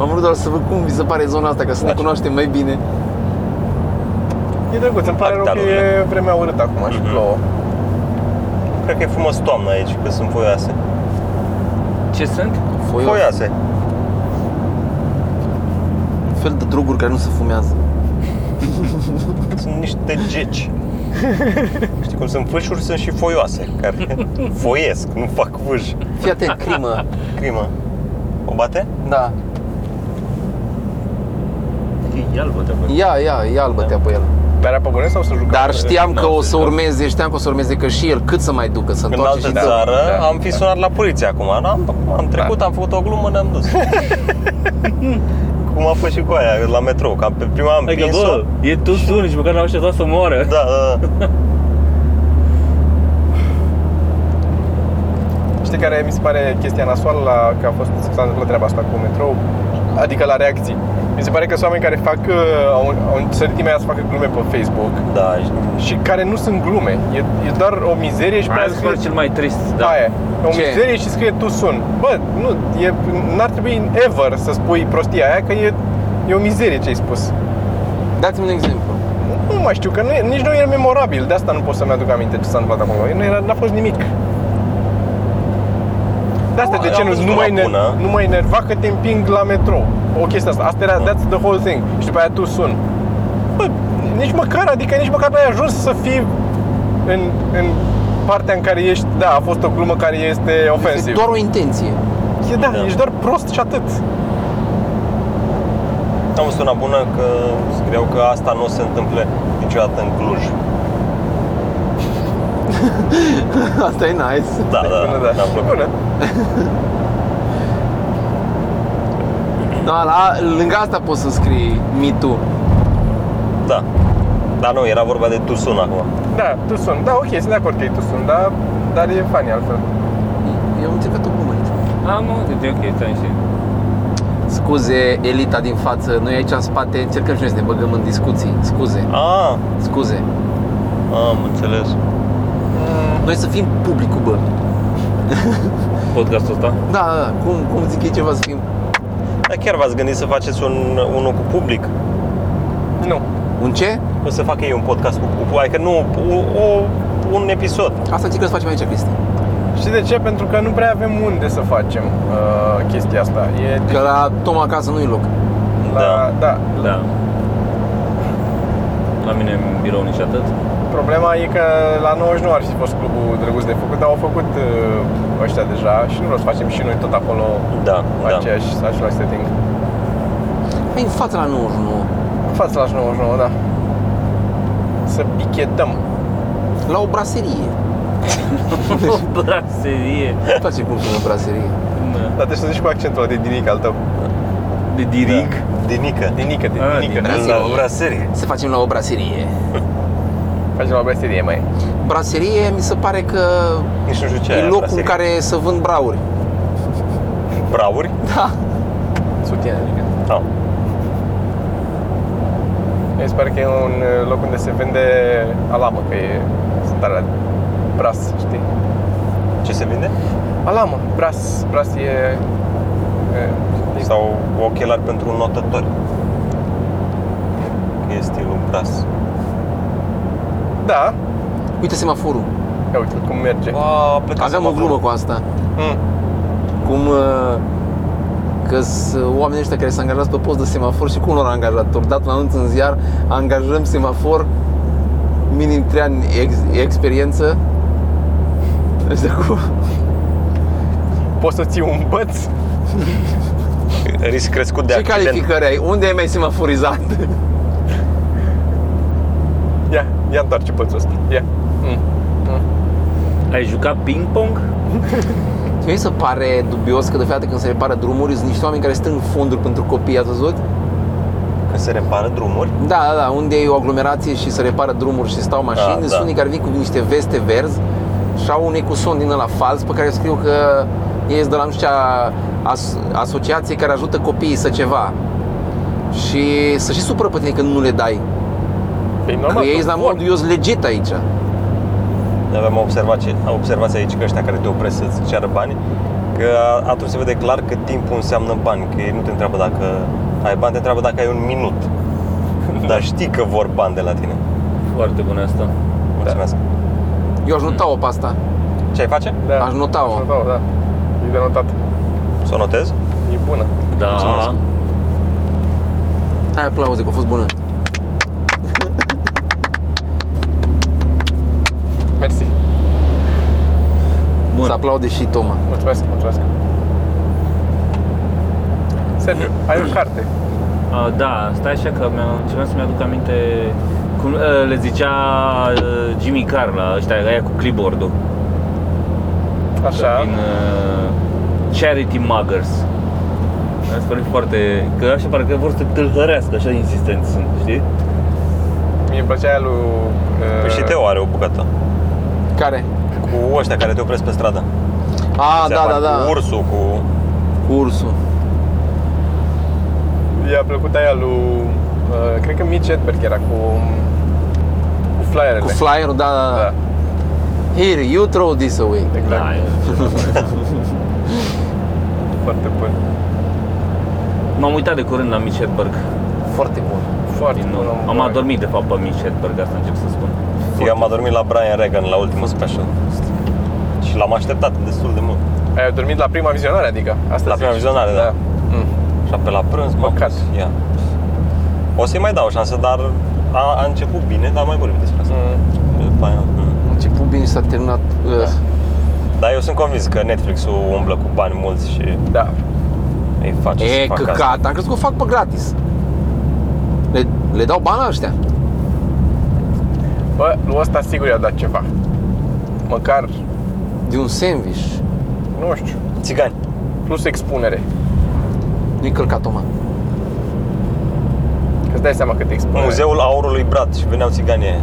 Speaker 1: Am vrut doar să văd cum vi se pare zona asta, ca să ne cunoaștem mai bine.
Speaker 3: E drăguț, îmi pare rău că e
Speaker 2: Arctalurile.
Speaker 3: vremea urâtă acum și
Speaker 2: Mhm.
Speaker 3: plouă.
Speaker 2: Cred că e frumos toamna aici, că sunt foioase.
Speaker 4: Ce sunt?
Speaker 1: Foios.
Speaker 2: Foioase.
Speaker 1: fel de droguri care nu se fumează.
Speaker 2: Sunt niște geci. Știi cum sunt fâșuri, sunt și foioase, care foiesc, nu fac fâși.
Speaker 1: Fii atent, crimă.
Speaker 2: Crimă. O bate?
Speaker 1: Da.
Speaker 4: E albă de bă.
Speaker 1: Ia, ia, ia albă te pe el. Da.
Speaker 3: Berea pe bune sau să jucăm?
Speaker 1: Dar știam că
Speaker 2: n-am
Speaker 1: o
Speaker 2: să
Speaker 1: să
Speaker 2: jucăm.
Speaker 1: urmeze, știam că o să urmeze că și el cât să mai ducă, să
Speaker 2: În
Speaker 1: întoarce
Speaker 2: altă
Speaker 1: și
Speaker 3: da.
Speaker 1: da.
Speaker 2: țară
Speaker 3: Da,
Speaker 2: am fi
Speaker 3: da.
Speaker 2: sunat la poliție acum. Am, am trecut, am făcut o glumă, ne-am dus. cum a fost și cu aia la metrou, că am- pe prima am
Speaker 5: Adică,
Speaker 2: prins-o.
Speaker 5: bă, e tu sun, nici măcar n-au așteptat să moară.
Speaker 2: Da, da, da.
Speaker 3: Știi care mi se pare chestia nasoală la că a fost s-a întâmplat treaba asta cu metrou? Adică la reacții. Mi se pare că sunt oameni care fac, uh, au, au sărit imediat să facă glume pe Facebook
Speaker 2: da și-
Speaker 3: și care nu sunt glume. E, e doar o mizerie și pe aia
Speaker 4: Azi
Speaker 3: scrie
Speaker 4: fost cel mai trist,
Speaker 3: da.
Speaker 4: da.
Speaker 3: aia. E o
Speaker 1: Ce?
Speaker 3: mizerie și scrie tu sun. Bă, nu, e, n-ar trebui ever să spui prostia aia că e, e o mizerie ce ai spus.
Speaker 1: Dați-mi un exemplu.
Speaker 3: Nu mai știu, că nu e, nici nu e memorabil, de asta nu pot să-mi aduc aminte ce s-a întâmplat acolo. Nu era, n-a fost nimic. De asta,
Speaker 2: Nu,
Speaker 3: de
Speaker 2: am
Speaker 3: ce nu,
Speaker 2: văzut
Speaker 3: nu,
Speaker 2: una
Speaker 3: mă ener,
Speaker 2: bună.
Speaker 3: nu mă enerva că te împing la metrou. O chestie asta, asta era, that's the whole thing. Și după aia tu sun. Bă, nici măcar, adică nici măcar n-ai ajuns să fii în, în partea în care ești, da, a fost o glumă care este
Speaker 1: E
Speaker 3: ofensiv.
Speaker 1: doar o intenție.
Speaker 3: E, da,
Speaker 2: Da.
Speaker 3: ești doar prost și atât.
Speaker 2: Am văzut una bună că scriau că asta nu se întâmplă niciodată în Cluj.
Speaker 1: Asta e nice.
Speaker 2: Da, da,
Speaker 3: Bună,
Speaker 2: da.
Speaker 3: da. Bună.
Speaker 1: Da, la, lângă asta poți să scrii Me Too.
Speaker 2: da. Dar nu, era vorba de Tucson acum.
Speaker 3: Da, tu sun. Da, ok, sunt de acord că e tu sun, dar, dar e funny altfel.
Speaker 1: Eu am încercat o glumă aici.
Speaker 4: Am mă, de ok, stai și...
Speaker 1: Scuze, elita din față, noi aici în spate încercăm și noi să ne băgăm în discuții. Scuze,
Speaker 2: Ah,
Speaker 1: scuze.
Speaker 2: am înțeles.
Speaker 1: Noi să fim publicul, bă.
Speaker 4: Podcastul ăsta.
Speaker 1: Da, da, cum, cum zic ei ceva să fim
Speaker 2: Dar chiar v-ați gândit să faceți un, unul cu public?
Speaker 3: Nu.
Speaker 1: Un ce?
Speaker 2: O să fac ei un podcast cu, cu adică nu, o, o, un episod.
Speaker 1: Asta încercăm să facem aici, Cristi.
Speaker 3: Și de ce? Pentru că nu prea avem unde să facem uh, chestia asta. E
Speaker 1: Că la Toma acasă nu-i loc.
Speaker 3: la, da. da.
Speaker 4: Da. La mine în birou nici atât.
Speaker 3: Problema e că la 99 ar fi fost clubul drăguț de făcut, dar au făcut uh, ăștia deja și nu vreau să facem și noi tot acolo
Speaker 2: Da,
Speaker 3: da.
Speaker 2: da.
Speaker 3: aceeași, același setting.
Speaker 1: Hai în față la 99.
Speaker 3: În față la 99, da. Să pichetăm.
Speaker 1: La o braserie.
Speaker 3: Deci-
Speaker 4: O braserie.
Speaker 1: Îmi place cum sună braserie.
Speaker 5: uh,
Speaker 3: Dar trebuie să zici cu accentul ăla de dinic al tău.
Speaker 4: De diric.
Speaker 2: Da. Dinică.
Speaker 3: Dinică, de
Speaker 4: Ah,
Speaker 3: dinică.
Speaker 1: din-
Speaker 2: La braserie.
Speaker 1: Să facem la o braserie.
Speaker 3: Facem la brăserie mai.
Speaker 1: Braserie mi se pare că
Speaker 2: Nici nu știu ce
Speaker 1: e
Speaker 2: aia,
Speaker 1: locul
Speaker 2: braserie.
Speaker 1: în care să vând brauri.
Speaker 2: Brauri?
Speaker 1: Da.
Speaker 3: Sutien, adică.
Speaker 2: Da.
Speaker 3: Mi se pare că e un uh, loc unde se vinde alamă, că e sunt alea bras, știi?
Speaker 2: Ce se vinde?
Speaker 3: Alamă, bras, bras e... e
Speaker 2: Sau ochelari pentru notători. E stilul bras.
Speaker 3: da,
Speaker 1: Uite semaforul.
Speaker 3: ia uite cum merge.
Speaker 2: Ba, a plecat
Speaker 1: Aveam o
Speaker 2: semaforul.
Speaker 1: glumă cu asta.
Speaker 3: Mm.
Speaker 1: Cum uh, că oamenii ăștia care se angajați pe post de semafor și cu unor angajatori. Dat la anunț în ziar, angajăm semafor minim 3 ani ex- experiență. Deci de acum
Speaker 3: Poți să ții un băț?
Speaker 2: Risc crescut de
Speaker 1: Ce
Speaker 2: accident.
Speaker 1: calificări ai? Unde ai mai semaforizat?
Speaker 3: Ia, ia întoarce bățul ăsta. Ia. Mm. Mm.
Speaker 5: Da.
Speaker 4: Ai jucat ping-pong?
Speaker 1: Nu se pare dubios că de fiecare dată când se repară drumuri sunt niște oameni care strâng fonduri pentru copii, ați văzut?
Speaker 2: Când se repară drumuri,
Speaker 1: Da, da, da, unde e o aglomerație și se repară drumuri și stau mașini,
Speaker 2: Da,
Speaker 1: sunt
Speaker 2: da.
Speaker 1: unii care vin cu niște veste verzi și au un ecuson din ăla fals pe care scriu că ei sunt de la nu știu ce as- asociație care ajută copiii să ceva. Și să și supără pe tine când nu le dai.
Speaker 3: Păi
Speaker 1: Că
Speaker 3: normal,
Speaker 1: ei
Speaker 3: tu
Speaker 1: sunt la
Speaker 3: vor.
Speaker 1: modul, eu sunt legit aici.
Speaker 2: Noi avem observație, observație aici că ăștia care te opresc să-ți ceară bani, că atunci se vede clar că timpul înseamnă bani, că ei nu te întreabă dacă ai bani, te întreabă dacă ai un minut. Dar știi că vor bani de la tine.
Speaker 4: Foarte bună asta.
Speaker 2: Mulțumesc.
Speaker 1: Da. Eu aș nota-o pe asta.
Speaker 2: Ce ai face?
Speaker 3: Da.
Speaker 1: Aș nota-o.
Speaker 3: Aș nota-o, da. E de notat.
Speaker 2: Să o notez?
Speaker 3: E bună.
Speaker 4: Da.
Speaker 2: Mulțumesc.
Speaker 1: Hai aplauze, că a fost bună.
Speaker 3: Mersi.
Speaker 1: Bun. Să aplaude și Toma.
Speaker 3: Mulțumesc, mulțumesc. Sergiu, ai o carte.
Speaker 5: Uh, da, stai așa că mi-am început să-mi aduc aminte cum uh, le zicea uh, Jimmy Carr la ăștia, aia cu clipboard-ul
Speaker 3: Așa.
Speaker 5: din uh, Charity Muggers. Mi-a spărut foarte, că așa parcă vor să te tâlhărească, așa de insistenți sunt, știi?
Speaker 3: Mie îmi plăcea aia lui... uh,
Speaker 2: Păi și Teo are o bucată.
Speaker 1: Care?
Speaker 2: Cu ăștia care te opresc pe stradă.
Speaker 1: A,
Speaker 2: Se
Speaker 1: da,
Speaker 2: apar
Speaker 1: da, da.
Speaker 2: Cu ursul, cu...
Speaker 1: Cu ursul.
Speaker 3: I-a plăcut aia lui... uh, Cred că Mitch Hedberg era cu... Cu flyerele.
Speaker 1: Cu flyerul, da, da, da.
Speaker 3: Da,
Speaker 1: Here, you throw this away.
Speaker 3: exact.
Speaker 5: Da, e-
Speaker 3: Foarte bun.
Speaker 5: M-am uitat de curând la Mitch Hedberg,
Speaker 1: Foarte bun.
Speaker 3: Foarte
Speaker 5: din
Speaker 3: bun.
Speaker 5: nou. Am adormit de fapt pe Mitch Hedberg, asta încep să spun.
Speaker 2: Eu am adormit la Brian Regan la ultimul special. Și l-am așteptat destul de mult.
Speaker 3: Ai adormit la prima vizionare, adică? Asta
Speaker 2: La
Speaker 3: zici?
Speaker 2: prima vizionare, da.
Speaker 3: Mm.
Speaker 2: Și pe la prânz m-am
Speaker 3: Păcat.
Speaker 2: pus. Ia. O să-i mai dau o șansă, dar a, a început bine, dar mai vorbim despre asta.
Speaker 3: Mm.
Speaker 2: După aia, mm.
Speaker 1: A început bine și s-a terminat. Da.
Speaker 2: Dar eu sunt convins că Netflix-ul umblă cu bani mulți și
Speaker 3: Da.
Speaker 2: îi face să
Speaker 1: E,
Speaker 2: facă asta.
Speaker 1: căcat. Am crezut că o fac pe gratis. Le, le dau bani la ăștia.
Speaker 3: Bă, lui ăsta sigur i-a dat ceva. Măcar,
Speaker 1: De un sandwich.
Speaker 3: nu știu,
Speaker 2: Țigani.
Speaker 3: plus expunere.
Speaker 1: Nu-i călcat, Toma.
Speaker 3: Că îți dai seama cât expunere.
Speaker 2: Muzeul Aurului Brat și veneau țiganii aia.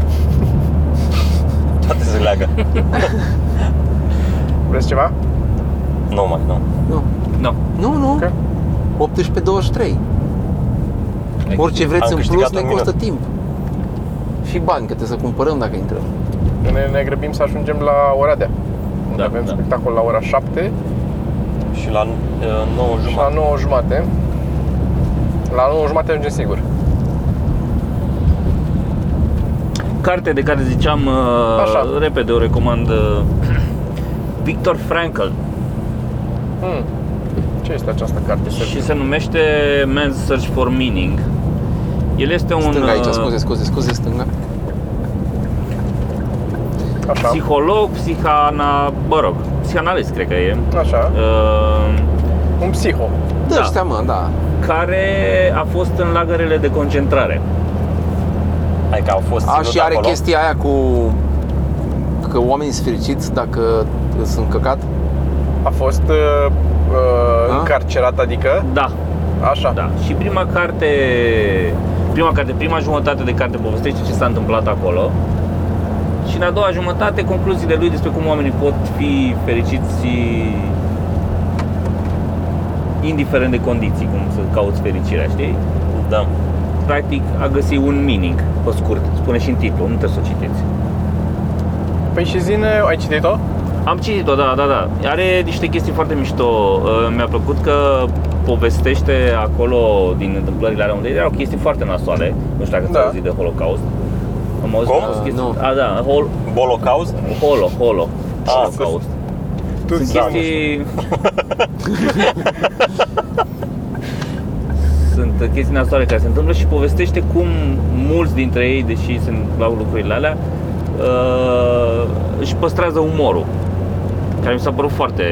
Speaker 2: Toate se leagă.
Speaker 3: Vreți ceva?
Speaker 2: Nu mai, nu.
Speaker 1: Nu.
Speaker 5: Nu.
Speaker 1: Nu, nu.
Speaker 3: Ok.
Speaker 1: 18 23. Orice vreți
Speaker 2: Am
Speaker 1: în plus
Speaker 2: câștigat
Speaker 1: ne
Speaker 2: un
Speaker 1: costă timp. Și bani, că trebuie să cumpărăm dacă intrăm.
Speaker 3: Că Ne, ne grăbim să ajungem la Oradea. Unde
Speaker 5: Da,
Speaker 3: avem
Speaker 5: da.
Speaker 3: spectacol la ora 7
Speaker 2: Și la uh, 9
Speaker 3: și la
Speaker 2: jumătate.
Speaker 3: 9 jumate. La 9 jumate ajungem sigur.
Speaker 5: Carte de care ziceam, uh,
Speaker 3: Așa.
Speaker 5: repede o recomand, uh, Victor Frankl.
Speaker 3: Hmm. Ce este această carte?
Speaker 5: și
Speaker 3: Sergiu?
Speaker 5: se numește Man's Search for Meaning. El este un
Speaker 1: Stânga aici,
Speaker 5: uh,
Speaker 1: scuze, scuze, scuze, stânga.
Speaker 3: Așa,
Speaker 5: psiholog, psihana, mă rog, psihanalist cred că e,
Speaker 3: așa.
Speaker 5: uh,
Speaker 3: Un psiho.
Speaker 1: Da,
Speaker 5: Da.
Speaker 1: ăștia, mă, da.
Speaker 5: care a fost în lagărele de concentrare.
Speaker 2: Hai că au fost
Speaker 1: A,
Speaker 2: ținut
Speaker 1: și are
Speaker 2: acolo.
Speaker 1: chestia aia cu că oamenii sunt fericiți dacă sunt căcat.
Speaker 3: A fost uh, uh,
Speaker 1: A?
Speaker 3: încarcerat, adică.
Speaker 5: Da,
Speaker 3: Așa.
Speaker 5: da. Și prima carte, prima carte, prima jumătate de carte povestește ce s-a întâmplat acolo. Și în a doua jumătate concluziile lui despre cum oamenii pot fi fericiți indiferent de condiții, cum să cauți fericirea, știi?
Speaker 2: Da.
Speaker 5: practic a găsi un meaning, pe scurt, spune și în titlu, nu trebuie să o citiți.
Speaker 3: Păi și zine, ai citit-o?
Speaker 5: Am citit-o, da, da, da. Are niște chestii foarte mișto. Uh, Mi-a plăcut că povestește acolo din întâmplările alea unde erau chestii foarte nasoale. Nu știu dacă
Speaker 3: Da.
Speaker 5: ți-ai auzit de Holocaust. Am auzit
Speaker 2: Cum?
Speaker 5: că sunt
Speaker 1: Uh,
Speaker 5: chestii-
Speaker 1: nu.
Speaker 5: A, da, hol,
Speaker 2: Bolocaust?
Speaker 5: holo, holo,
Speaker 2: Ah,
Speaker 5: Holocaust.
Speaker 3: Tu
Speaker 5: Sunt
Speaker 2: Da, nu
Speaker 5: chestii... Sunt chestii nasoale care se întâmplă și povestește cum mulți dintre ei, deși se întâmplau lucrurile alea, uh, își păstrează umorul. Care mi s-a părut foarte,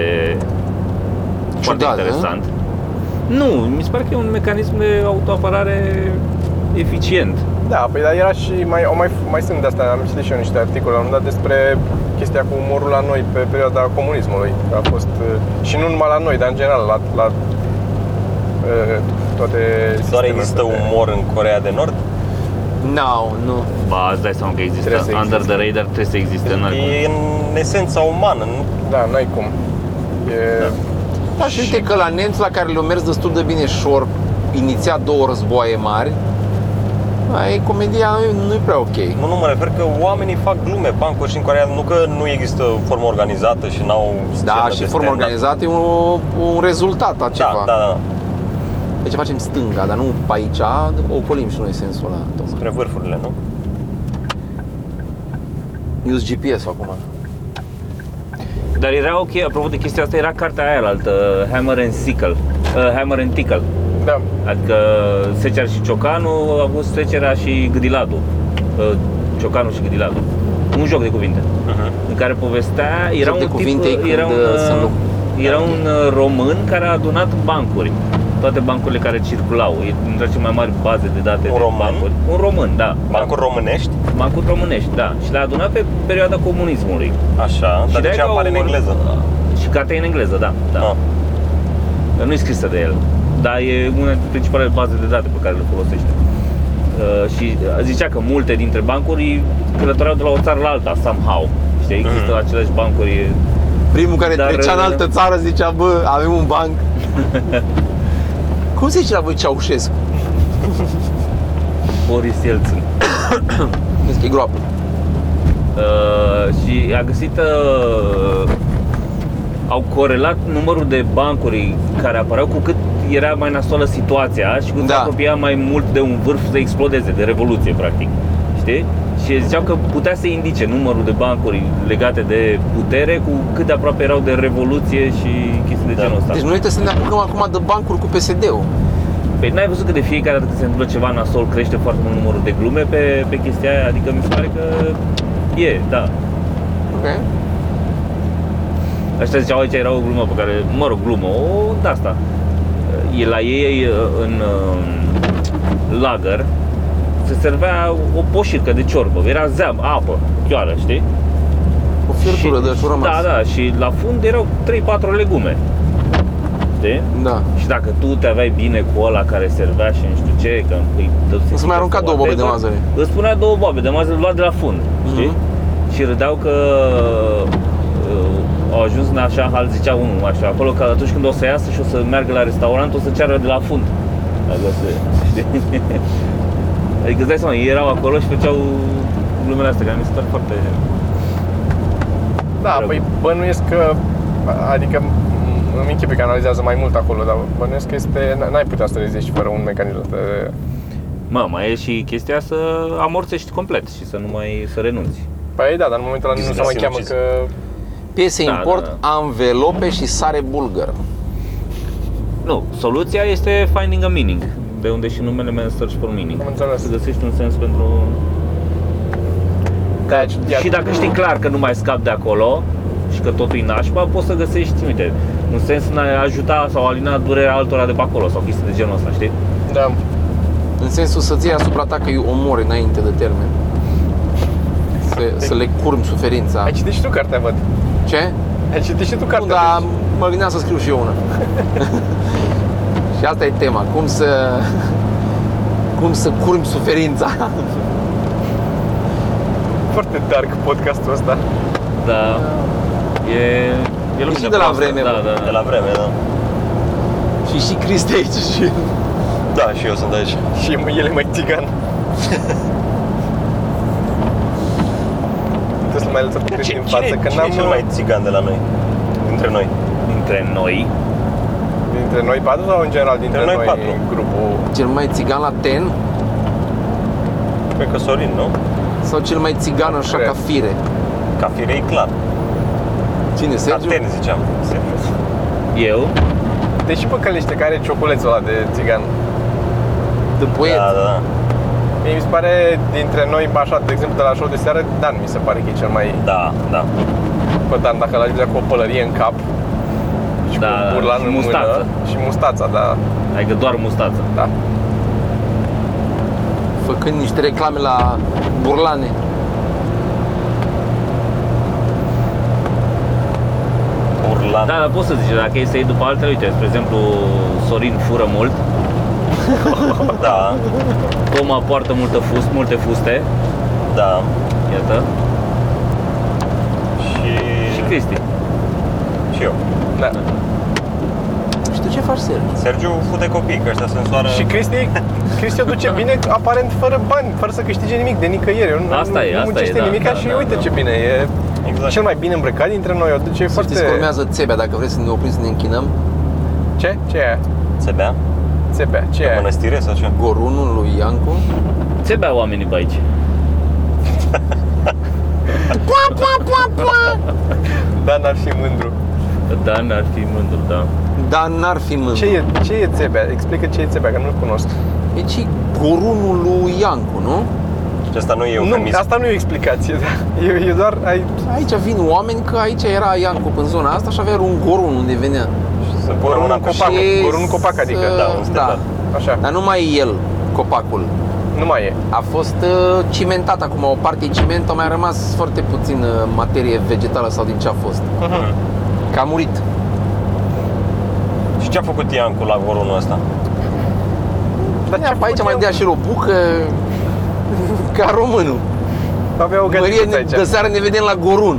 Speaker 5: foarte
Speaker 1: Ciudat,
Speaker 5: interesant. Nu, mi se pare că e un mecanism de autoapărare eficient.
Speaker 3: Da, păi dar era și mai, au mai, mai sunt de asta, am citit și eu niște articole la un moment dat despre chestia cu umorul la noi pe perioada comunismului. că A fost, uh, și nu numai la noi, dar în general la, la uh, toate
Speaker 2: Doar
Speaker 3: sistemele
Speaker 2: există
Speaker 3: de-
Speaker 2: umor în Corea de Nord?
Speaker 1: No, nu.
Speaker 5: Ba, îți dai seama că există,
Speaker 3: Trebuie să
Speaker 5: under the radar, trebuie să existe. n-are cum.
Speaker 2: E în esența umană, nu?
Speaker 3: Da, n-ai cum. E,
Speaker 1: Dar și uite că la nemți la care le-a mers destul de bine șorp, iniția două războaie mari, ai comedia nu-i prea ok.
Speaker 2: Nu, nu mă refer că oamenii fac glume, bancuri și în Corea, nu că nu există formă organizată și n-au
Speaker 1: Da,
Speaker 2: scenă
Speaker 1: și
Speaker 2: de
Speaker 1: formă
Speaker 2: stand-up.
Speaker 1: organizată e un, un rezultat a
Speaker 2: Da,
Speaker 1: ceva.
Speaker 2: da, da,
Speaker 1: Deci facem stânga, dar nu pe aici, ocolim și noi sensul ăla. Toma.
Speaker 2: spre vârfurile, nu?
Speaker 1: Eu sunt GPS-ul acum.
Speaker 5: Dar era ok, apropo de chestia asta, era cartea aia la altă, Hammer and Sickle, uh, Hammer and Tickle,
Speaker 3: Da.
Speaker 5: Adică Secer și Ciocanu au avut Secera și Gâdiladu. Uh, Ciocanu și Gâdiladu. Un joc de cuvinte în care povestea era
Speaker 1: Joc
Speaker 5: un
Speaker 1: de cuvinte
Speaker 5: tip,
Speaker 1: e
Speaker 5: era
Speaker 1: când,
Speaker 5: un,
Speaker 1: uh, să
Speaker 5: era un uh, român care a adunat bancuri, toate bancurile care circulau, e dintre cele mai mari baze de date
Speaker 2: Un
Speaker 5: de
Speaker 2: român?
Speaker 5: bancuri. Un român, da.
Speaker 2: Bancuri românești,
Speaker 5: Bancuri românești, da. Și le-a adunat pe perioada comunismului.
Speaker 2: așa, dar de
Speaker 5: de-aia
Speaker 2: ce
Speaker 5: că
Speaker 2: apare în
Speaker 5: au-
Speaker 2: engleză?
Speaker 5: Și cartea e în engleză, da. da.
Speaker 2: Ah.
Speaker 5: Dar Nu e scrisă de el, dar e una dintre principalele baze de date pe care le folosește. Uh, și zicea că multe dintre bancuri călătoreau de la o țară la alta, somehow. Știi, există
Speaker 2: Mhm.
Speaker 5: aceleași bancuri.
Speaker 1: Primul care
Speaker 5: Dar,
Speaker 1: trecea în
Speaker 5: uh,
Speaker 1: altă țară zicea, bă, avem un banc. Cum se zice la voi Ceaușescu?
Speaker 5: Boris Yeltsin.
Speaker 1: Zic, E groapă.
Speaker 5: Uh, și a găsit uh, au corelat numărul de bancuri care apăreau cu cât era mai nasoală situația și cu cât
Speaker 1: Da.
Speaker 5: se apropia mai mult de un vârf să explodeze, de revoluție practic. Știi? Și ziceau că putea să indice numărul de bancuri legate de putere cu cât de aproape erau de revoluție și chestii de
Speaker 2: Da.
Speaker 5: genul ăsta.
Speaker 1: Deci noi trebuie să ne apucăm acum de bancuri cu PSD-ul.
Speaker 5: Păi n-ai văzut că de fiecare dată când se întâmplă ceva nasol crește foarte mult numărul de glume pe, pe chestia aia? Adică mi se pare că e, da,
Speaker 1: Ok.
Speaker 5: Ăștia ziceau aici era o glumă pe care, mă rog, glumă, o de asta. E la ei în um, lagăr se servea o poșică de ciorbă, era zeam, apă, chioară, știi?
Speaker 1: O fiertură de așa rămas.
Speaker 5: Da, da, și la fund erau 3-4 legume. Știi?
Speaker 1: da.
Speaker 5: Și dacă tu te aveai bine cu ăla care servea și nu știu ce, că îi dă
Speaker 1: Îți mai arunca două boabe de mazăre.
Speaker 5: Îți spunea două boabe de mazăre luat de la fund, știi?
Speaker 1: Mhm.
Speaker 5: Și râdeau că uh, au ajuns în așa hal, zicea unul așa, acolo că atunci când o să iasă și o să meargă la restaurant, o să ceară de la fund. Adică, o să, știi? adică îți dai seama, ei erau acolo și făceau glumele astea, care mi se pare foarte...
Speaker 3: Da,
Speaker 5: Rău.
Speaker 3: păi bănuiesc că, adică m- îmi închipui că analizează mai mult acolo, dar bănuiesc că este, n- n-ai putea să le zici fără un mecanism de...
Speaker 5: Mă, mai e și chestia să amorțești complet și să nu mai să renunți.
Speaker 3: Păi da, dar în momentul ăla nu se mai cheamă
Speaker 2: Sinucis.
Speaker 3: că...
Speaker 1: Piese
Speaker 5: Da, da,
Speaker 1: import, anvelope și sare bulgăr.
Speaker 5: Nu, soluția este finding a meaning, de unde și numele meu Search for Meaning.
Speaker 3: Am înțeles.
Speaker 5: Să găsești un sens pentru...
Speaker 3: Da,
Speaker 5: Iar... Și dacă știi clar că nu mai scap de acolo și că totul e nașpa, poți să găsești, uite, un sens în a ajuta sau alina durerea altora de pe acolo sau chestii de genul ăsta, știi?
Speaker 3: Da,
Speaker 1: În sensul să-ți iei asupra ta că îi omori înainte de termen. Să, să le curm suferința.
Speaker 3: ai citit și tu cartea, văd.
Speaker 1: Ce?
Speaker 3: Ai citit și tu
Speaker 1: Nu,
Speaker 3: cartea.
Speaker 1: dar
Speaker 3: deci.
Speaker 1: mă gândeam să scriu și eu una. și asta e tema, cum să cum să curmi suferința.
Speaker 3: Foarte dark podcastul ăsta.
Speaker 5: Dar Da. e... E lumină
Speaker 1: și de la
Speaker 5: proastă.
Speaker 1: vreme,
Speaker 5: da,
Speaker 1: bă.
Speaker 5: da,
Speaker 2: De
Speaker 5: da.
Speaker 2: la vreme, da.
Speaker 1: și și Cristi aici și
Speaker 2: Da, și eu sunt aici.
Speaker 3: Și el e mai țigan. Trebuie să mai lăsăm pe Cristi în față, că
Speaker 2: cine
Speaker 3: n-am...
Speaker 2: e cel mai țigan de la noi? Dintre noi.
Speaker 5: Dintre noi,
Speaker 3: Dintre noi patru sau în general dintre
Speaker 2: Dintre
Speaker 3: noi,
Speaker 2: noi patru.
Speaker 3: grupul?
Speaker 1: cel mai țigan la ten
Speaker 2: Cred că Sorin, nu?
Speaker 1: sau cel mai țigan așa
Speaker 3: Cred.
Speaker 1: ca fire.
Speaker 2: Ca fire e clar.
Speaker 1: Cine, Sergiu?
Speaker 2: Aten, ziceam. Da,
Speaker 5: eu,
Speaker 3: Deși păcălește care e ciocolețul ăla de țigan.
Speaker 1: De poet.
Speaker 2: Da, da, da.
Speaker 3: Mie mi se pare dintre noi, așa, de exemplu, de la show de seară, Dan mi se pare că e cel mai
Speaker 2: Da, da.
Speaker 3: Bă, Dan, dacă l-aș vedea cu o pălărie în cap și
Speaker 5: Da,
Speaker 3: cu un burlan
Speaker 5: și
Speaker 3: în
Speaker 5: mustață.
Speaker 3: mână și mustața, da,
Speaker 5: adică doar mustață.
Speaker 3: da.
Speaker 1: Făcând niște reclame la burlane.
Speaker 2: Urlan.
Speaker 5: Da, dar poți să zici, dacă e să iei după altele, uite, spre exemplu, Sorin fură mult,
Speaker 2: Da,
Speaker 5: Toma poartă multă fust, multe fuste,
Speaker 2: da.
Speaker 5: iată,
Speaker 2: Și...
Speaker 5: și Cristi.
Speaker 2: Și eu.
Speaker 3: da.
Speaker 1: Și tu ce faci, Sergiu?
Speaker 2: Sergiu fute copii, că ăștia sunt soară...
Speaker 5: Uh,
Speaker 3: Și Cristi, Cristi o duce bine, aparent fără bani, fără să câștige nimic de nicăieri. Nu- Nu,
Speaker 5: Asta e,
Speaker 3: nu
Speaker 5: asta e,
Speaker 3: muncește
Speaker 5: da,
Speaker 3: nimica
Speaker 5: da,
Speaker 3: și
Speaker 5: da,
Speaker 3: uite
Speaker 5: da.
Speaker 3: ce bine e.
Speaker 2: Exact.
Speaker 3: Cel mai bine îmbrăcat dintre noi, o duce
Speaker 1: Da. Să știți că
Speaker 3: foarte...
Speaker 1: urmează țebea, dacă vreți să ne oprim să ne închinăm.
Speaker 3: Ce? Ce e aia?
Speaker 2: Se bea?
Speaker 3: Țepea, ce e aia?
Speaker 2: Mănăstire sau ce?
Speaker 1: Gorunul lui Iancu.
Speaker 5: Ce bea oamenii pe aici?
Speaker 3: Dan ar fi Da, mândru.
Speaker 5: Dan ar fi mândru, da.
Speaker 1: Dar n-ar fi mândru.
Speaker 3: Ce e, ce e țebea? Explică ce e țebea, că nu-l cunosc.
Speaker 1: Deci e corunul lui Iancu, nu?
Speaker 2: Și asta nu e un
Speaker 3: Nu,
Speaker 2: eufemism.
Speaker 3: asta nu e o explicație, da. E, e doar, ai,
Speaker 1: Aici vin oameni că aici era Iancu în zona asta și avea un gorun unde venea.
Speaker 2: Să pună
Speaker 3: corunul
Speaker 2: mâna
Speaker 3: în
Speaker 2: pe
Speaker 3: copac,
Speaker 1: Și
Speaker 3: corunul în copac,
Speaker 1: să-
Speaker 3: adică,
Speaker 2: da, un
Speaker 1: da.
Speaker 2: stepan.
Speaker 3: așa,
Speaker 1: Dar nu mai e el, copacul.
Speaker 3: nu mai e.
Speaker 1: A fost uh, cimentat acum, o parte e ciment, a mai rămas foarte puțin uh, materie vegetală sau din ce a fost.
Speaker 3: Mhm.
Speaker 1: Că a murit.
Speaker 2: Și ce a făcut Iancu la gorunul ăsta?
Speaker 3: Dar ce
Speaker 1: Ia,
Speaker 3: a
Speaker 1: pe aici
Speaker 3: făcut
Speaker 1: mai
Speaker 3: el?
Speaker 1: dea și el o bucă ca românul.
Speaker 3: Avea o
Speaker 1: Mărie,
Speaker 3: gătiță
Speaker 1: ne-
Speaker 3: aici.
Speaker 1: de seară ne vedem la Gorun,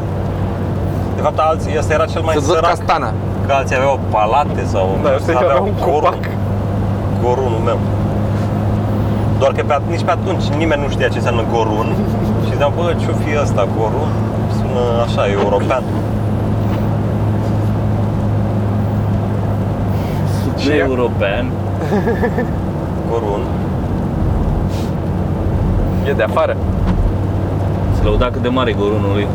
Speaker 2: De fapt, alții, ăsta era cel mai
Speaker 1: să-ți văd
Speaker 2: sărac,
Speaker 1: castana.
Speaker 2: că alții aveau palate sau
Speaker 3: Da, ăsta avea un copac.
Speaker 2: gorunul meu. Doar că pe, at- nici pe atunci nimeni nu știa ce înseamnă gorun și ziceam, bă, ce-o fi ăsta, gorun? Sună așa, european.
Speaker 3: Și
Speaker 5: Super european.
Speaker 2: Gorun.
Speaker 3: E de afară.
Speaker 5: Se lăuda cât de mare e gorunul lui.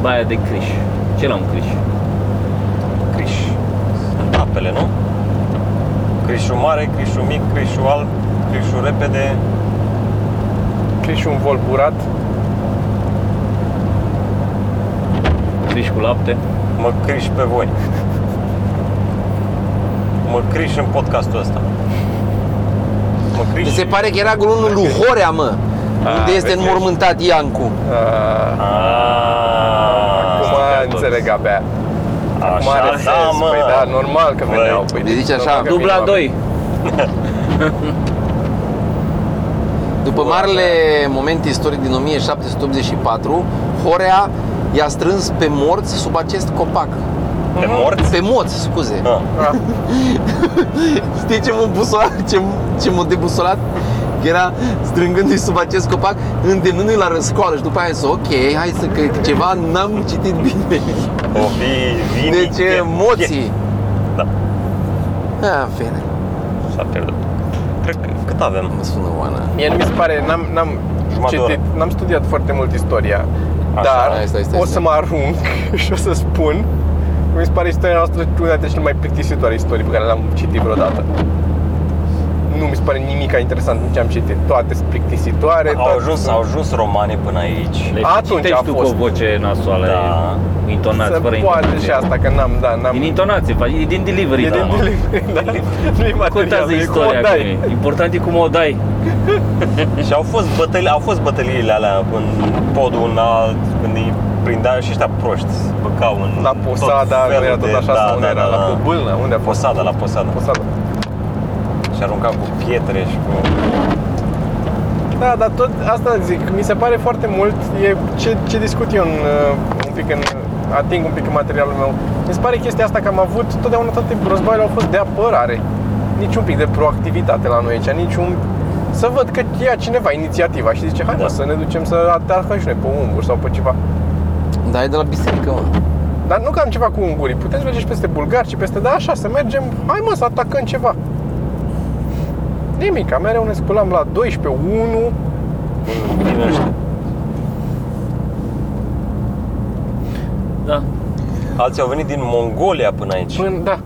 Speaker 5: Baia de Criș. Ce la un Criș?
Speaker 2: Criș. Sunt apele, nu? Crișul mare, crișul mic, crișul alb, crișul repede.
Speaker 3: Crișul un vol burat.
Speaker 5: Criș cu lapte.
Speaker 2: Mă criș pe voi. Mă criș în podcastul ăsta. Mă criș.
Speaker 1: Mi se pare că era gorunul lui Horea, mă.
Speaker 2: A,
Speaker 1: Unde este
Speaker 2: vezi,
Speaker 1: înmormântat Iancu.
Speaker 3: Ah,
Speaker 2: Aaaa,
Speaker 3: Acum înțeleg abia. Acum
Speaker 2: Ah, Așa,
Speaker 3: are
Speaker 2: da,
Speaker 3: sens.
Speaker 2: mă.
Speaker 3: Păi da, normal că
Speaker 2: Băi,
Speaker 3: veneau. Păi,
Speaker 1: le zici așa,
Speaker 3: normal că vin
Speaker 5: Dubla
Speaker 3: oameni.
Speaker 5: 2.
Speaker 1: După marele moment istoric din 1784, Horea i-a strâns pe morți sub acest copac.
Speaker 2: Pe morți?
Speaker 1: Pe moți, scuze.
Speaker 2: Ah,
Speaker 3: Ah,
Speaker 1: Știi ce m-a busolat, ce, ce m-a debusolat? Că Era strângându-i sub acest copac, îndemnându-i la răscoală și după aia zis, ok, hai să că ceva n-am citit bine.
Speaker 2: Ah, O fi vini.
Speaker 1: Deci
Speaker 2: e-
Speaker 1: emoții.
Speaker 2: Da,
Speaker 1: A, în fine,
Speaker 2: s-a pierdut. Cred că cât avem?
Speaker 1: mă sună Oana.
Speaker 3: Mie nu mi se pare, n-am, n-am
Speaker 2: Jumătate de oră.
Speaker 3: citit, n-am studiat foarte mult istoria,
Speaker 2: Așa.
Speaker 3: dar
Speaker 1: Hai, stai, stai,
Speaker 3: o
Speaker 1: stai.
Speaker 3: să mă arunc și o să spun că mi se pare istoria noastră una dintre cele mai plictisitoare istorii pe care le-am citit vreodată. Nu mi se pare nimic interesant din ce am citit. Toate sunt plictisitoare.
Speaker 2: Au
Speaker 3: toate
Speaker 2: ajuns,
Speaker 3: sunt-
Speaker 2: au ajuns romanii până aici.
Speaker 5: Le
Speaker 3: Atunci
Speaker 5: citești
Speaker 3: a
Speaker 5: tu
Speaker 3: fost.
Speaker 5: cu o voce nasoală.
Speaker 2: Da.
Speaker 5: Intonați, fără
Speaker 3: Se poate
Speaker 5: intonație.
Speaker 3: și asta, că n-am, da, n-am.
Speaker 5: Din intonație, faci- e din delivery,
Speaker 3: E
Speaker 5: da,
Speaker 3: din
Speaker 5: mă.
Speaker 3: delivery, da. Nu e material,
Speaker 5: Contează
Speaker 3: Da, e cum o
Speaker 5: istoria
Speaker 3: dai.
Speaker 5: cum e. Important e cum o dai.
Speaker 2: Și Deci au fost bătălii, au fost bătăliile alea în podul înalt, când îi prindeau și ăștia proști, se băcau în
Speaker 3: La
Speaker 2: tot
Speaker 3: Posada, nu
Speaker 2: felul
Speaker 3: era tot
Speaker 2: de-
Speaker 3: așa
Speaker 2: da,
Speaker 3: sau unde
Speaker 2: da,
Speaker 3: era?
Speaker 2: da,
Speaker 3: La
Speaker 2: da.
Speaker 3: Pobâlnă, unde a fost?
Speaker 2: Posada, la Posada.
Speaker 3: Posada.
Speaker 2: Și aruncau cu pietre și cu...
Speaker 3: Da, dar tot asta zic, mi se pare foarte mult, e ce, ce discut eu în, uh, un pic în, ating un pic în materialul meu. Mi se pare chestia asta că am avut, totdeauna toate războaiele au fost de apărare. Nici un pic de proactivitate la noi aici, nici un... Să văd că ia cineva inițiativa și zice, hai da.
Speaker 2: Da.
Speaker 3: mă, să ne ducem să atacăm și noi pe unguri sau pe ceva.
Speaker 1: Da, e de la biserică, mă.
Speaker 3: Dar nu că am ceva cu ungurii, putem să mergem și peste bulgari și peste, da, așa, să mergem, hai mă, să atacăm ceva. Nimic, mereu ne sculam la 12, 1,
Speaker 2: Din ăștia.
Speaker 5: Da.
Speaker 2: Alții au venit din Mongolia până aici.
Speaker 3: Până, da.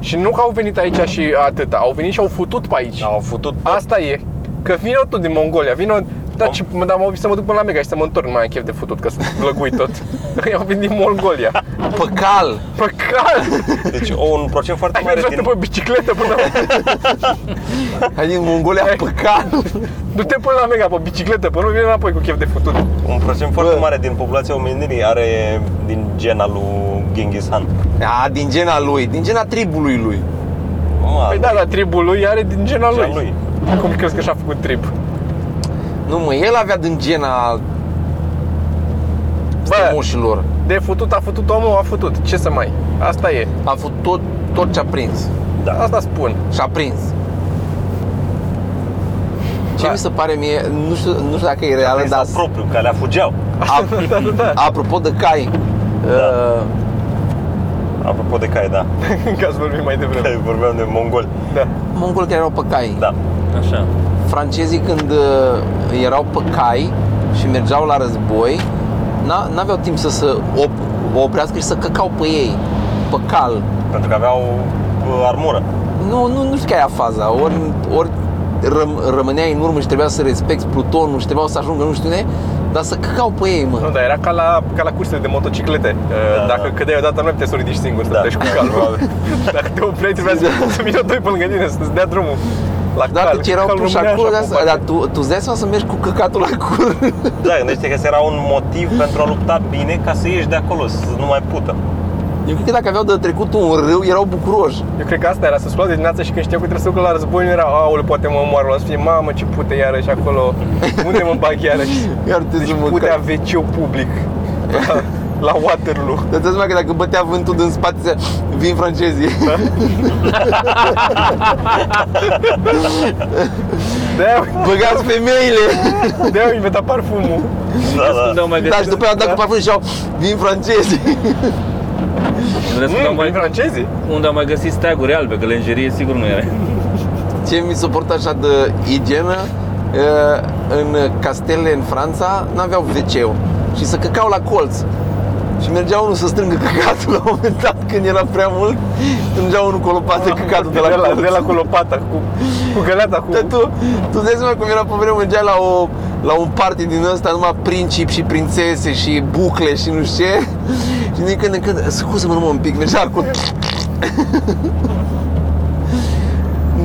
Speaker 3: Și nu că au venit aici și atâta, au venit și au futut pe aici.
Speaker 2: Au futut
Speaker 3: Asta e. Că vine tot din Mongolia, vine da, ce, mă, dar mă să mă duc până la Mega și să mă întorc, nu mai am chef de futut, că sunt glăguit tot. Că au venit din Mongolia.
Speaker 1: Păcal!
Speaker 3: Păcat!
Speaker 2: Deci o, un procent foarte
Speaker 3: Ai
Speaker 2: mare
Speaker 3: mers
Speaker 2: din...
Speaker 3: pe bicicletă până la...
Speaker 1: Hai din Mongolia, păcal!
Speaker 3: Du-te până la Mega pe bicicletă, până nu vine înapoi cu chef de futut.
Speaker 2: Un procent foarte
Speaker 1: Bă.
Speaker 2: mare din populația omenirii are din gena lui Genghis Khan.
Speaker 1: A, din gena lui, din gena tribului lui.
Speaker 2: Mamă,
Speaker 3: Păi da, dar tribul lui are din gena
Speaker 2: gena
Speaker 3: lui.
Speaker 2: lui.
Speaker 3: Cum crezi că și-a făcut trib?
Speaker 1: Nu, mă, el avea din gena strămoșilor.
Speaker 3: De futut a futut omul, a futut. Ce să mai? Asta e.
Speaker 1: A fost tot, tot ce a prins.
Speaker 2: Da.
Speaker 3: Asta spun.
Speaker 1: Și a prins. Ce
Speaker 3: Da.
Speaker 1: mi se pare mie, nu știu, nu știu dacă e reală,
Speaker 2: Asta
Speaker 1: dar
Speaker 2: propriu, că alea fugeau.
Speaker 1: a,
Speaker 3: Da, da, da.
Speaker 1: apropo de cai, uh,
Speaker 2: Apropo de cai, da.
Speaker 3: Ca să vorbim mai devreme.
Speaker 2: Că Vorbeam de mongol.
Speaker 3: Da.
Speaker 1: Da. mongolii care erau pe cai.
Speaker 2: Da.
Speaker 5: Așa.
Speaker 1: Francezii când uh, erau pe cai, și mergeau la război, n- n-aveau timp să se op- oprească și să căcau pe ei, pe cal.
Speaker 2: Pentru că aveau uh, armură.
Speaker 1: Nu, nu, nu știu care era faza. Ori, ori răm- rămâneai în urmă și trebuia să respecti plutonul și trebuia să ajungă nu știu unde, dar să căcau pe ei, mă.
Speaker 3: Nu, dar era ca la, ca la cursele de motociclete.
Speaker 2: Da,
Speaker 3: Da, Dacă
Speaker 2: da.
Speaker 3: da. cădeai odată, nu mai puteai să o ridici singur, să
Speaker 2: Da.
Speaker 3: da. cu calul. Dacă te opreai, trebuia să, să vină doi pe lângă tine, să-ți dea drumul. La
Speaker 1: Dar
Speaker 3: cal,
Speaker 1: deci erau
Speaker 3: calul
Speaker 1: puși
Speaker 3: rămânea
Speaker 1: acolo,
Speaker 3: așa
Speaker 1: de
Speaker 3: pe
Speaker 1: asta,
Speaker 3: parte.
Speaker 1: dar tu, tu îți dai seama să mergi cu căcatul la cur.
Speaker 2: Da, gândește că era un motiv pentru a lupta bine ca să ieși de acolo, să nu mai pută.
Speaker 1: Eu cred că dacă aveau de trecut un râu, erau bucuroși.
Speaker 3: Eu cred că asta era, să se lua de dimineață și când știau că trebuie să ducă la război, nu era, aule, poate mă omoară, la să fie, mamă, ce pute iarăși acolo, unde mă bag iarăși?
Speaker 1: Iar te
Speaker 3: Deci
Speaker 1: zic, mă,
Speaker 3: putea
Speaker 1: că-
Speaker 3: wc public la, la Waterloo.
Speaker 1: Dar îți dai seama că dacă bătea vântul din spate, zicea, vin francezii.
Speaker 3: De-aia,
Speaker 1: Băgați femeile!
Speaker 3: de-aia au inventat parfumul.
Speaker 2: Da, da.
Speaker 4: Răspundeau mai
Speaker 1: Da, și
Speaker 4: găsit.
Speaker 1: după aia dacă parfum și au vin francezii.
Speaker 4: Răspundeau
Speaker 3: Mm,
Speaker 4: mai
Speaker 3: prin francezii.
Speaker 4: unde am mai găsit steaguri albe, că lenjerie sigur nu era.
Speaker 1: Ce mi suport așa de igienă, uh, în castele în Franța n-aveau wc și să căcau la colț. Și mergea unul să strângă căcatul la un moment dat când era prea mult, strângea unul cu o lopată căcatul de la,
Speaker 3: Ah, de la,
Speaker 1: colț. Da,
Speaker 3: de la cu lopata, cu, cu găleata, cu...
Speaker 1: Dar tu, tu îți dai seama cum era pe vremuri, mergeai la, o, la un party din ăsta, numai principi și prințese și bucle și nu știu ce. Și din când în când, scuze-mă numai un pic, mergea cu...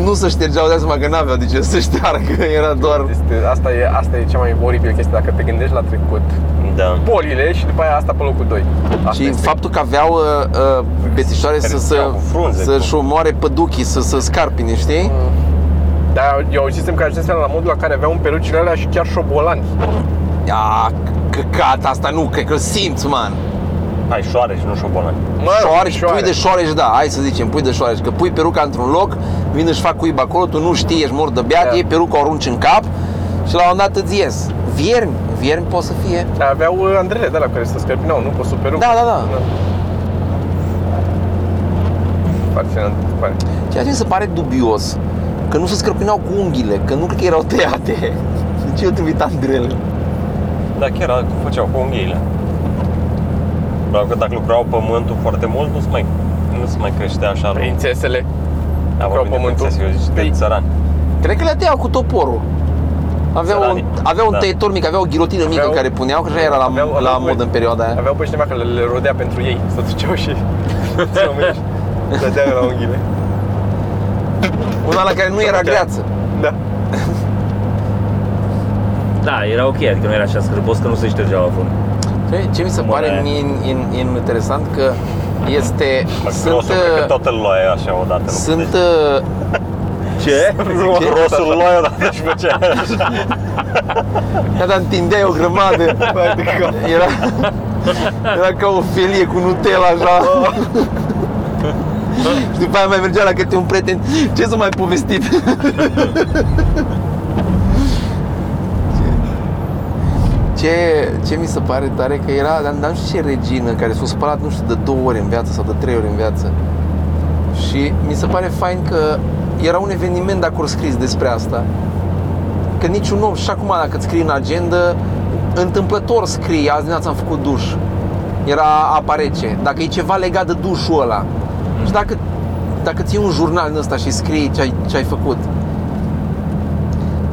Speaker 1: nu se ștergeau, de seama că n-aveau de ce să șteargă, era doar...
Speaker 3: Este, asta, e, asta e cea mai oribilă chestie, dacă te gândești la trecut.
Speaker 2: da.
Speaker 3: Polile și după aia asta pe locul 2. Asta
Speaker 1: Și
Speaker 3: este.
Speaker 1: faptul că aveau uh, uh, bețișoare să, să,
Speaker 2: Creșteau cu Mm. frunze,
Speaker 1: să-și omoare păduchii, să, să scarpine, știi?
Speaker 3: Dar eu auzisem că ajunseam la modul la care aveau în perucile alea și chiar șobolani.
Speaker 1: Ia, căcat, asta nu, cred că simți, man.
Speaker 2: Hai, șoare și nu șobolani.
Speaker 3: Mă,
Speaker 1: șoareci,
Speaker 3: șoare.
Speaker 1: pui de șoareci, da, hai să zicem, pui de șoareci, că pui peruca într-un loc, vin își fac cuib acolo, tu nu știi, ești mort de beat,
Speaker 3: Da.
Speaker 1: iei peruca, o arunci în cap și la un dat îți ies. Viermi, viermi poate să fie.
Speaker 3: Dar aveau uh, andrele de la care se scărpinau, nu? Pe super
Speaker 1: Da, da, da.
Speaker 3: Fascinant. pare.
Speaker 1: Ceea ce mi se pare dubios, că nu se scrăpinau cu unghiile, că nu cred că erau tăiate. De ce eu trimit Andrel?
Speaker 2: Da, chiar a- făceau cu unghiile. Doar că dacă lucrau pământul foarte mult, nu se mai, nu se mai creștea așa
Speaker 1: Păi,
Speaker 2: rău.
Speaker 3: Prințesele.
Speaker 2: Da,
Speaker 3: lucrau
Speaker 2: vorbim de
Speaker 3: pământul.
Speaker 2: prințese, Eu zic de
Speaker 3: Ei.
Speaker 2: țărani.
Speaker 1: Cred că le tăiau cu toporul. Aveau un,
Speaker 2: Țăranii.
Speaker 1: aveau un
Speaker 2: Da.
Speaker 1: tăietor mic, aveau o ghilotină mică
Speaker 3: Aveau-
Speaker 1: în care puneau, că așa era la,
Speaker 3: aveau-
Speaker 1: la
Speaker 3: aveau-
Speaker 1: mod în perioada aia.
Speaker 3: Aveau pe cineva care le, le rodea pentru ei. Să duceau și să rămânești. Dădea la unghiile.
Speaker 1: Una la care nu era
Speaker 3: Aveau-
Speaker 1: greață.
Speaker 3: Da.
Speaker 4: Da, era ok, adică nu era așa scârbos că nu se ștergeau la fund.
Speaker 1: Ce, ce mi se
Speaker 4: Mă,
Speaker 1: pare
Speaker 4: da.
Speaker 1: mie in, in, in, interesant că este
Speaker 2: Mă,
Speaker 1: sunt
Speaker 2: grosul, cred că
Speaker 1: uh,
Speaker 2: tot îl luai așa odată. nu
Speaker 1: sunt
Speaker 2: puteai.
Speaker 1: uh,
Speaker 2: Ce?
Speaker 1: Ce?
Speaker 2: Grosul îl luai odată și făcea așa.
Speaker 1: da, dar întindeai o grămadă.
Speaker 3: Vai de cap.
Speaker 1: Era era ca o felie cu Nutella așa. Și după aia mai mergea la câte un prieten Ce să mai povestit? Ce, ce mi se pare tare că era, dar dar nu știu ce regină care s-a spălat, nu știu, de două ori în viață sau de trei ori în viață. Și mi se pare fain că era un eveniment dacă ori scris despre asta. Că niciun om, și acum dacă îți scrii în agenda, întâmplător scrii, azi dimineața am făcut duș. Era apa rece. Dacă e ceva legat de dușul ăla. Și dacă, dacă ții un jurnal în ăsta și scrii ce ai, ce ai făcut.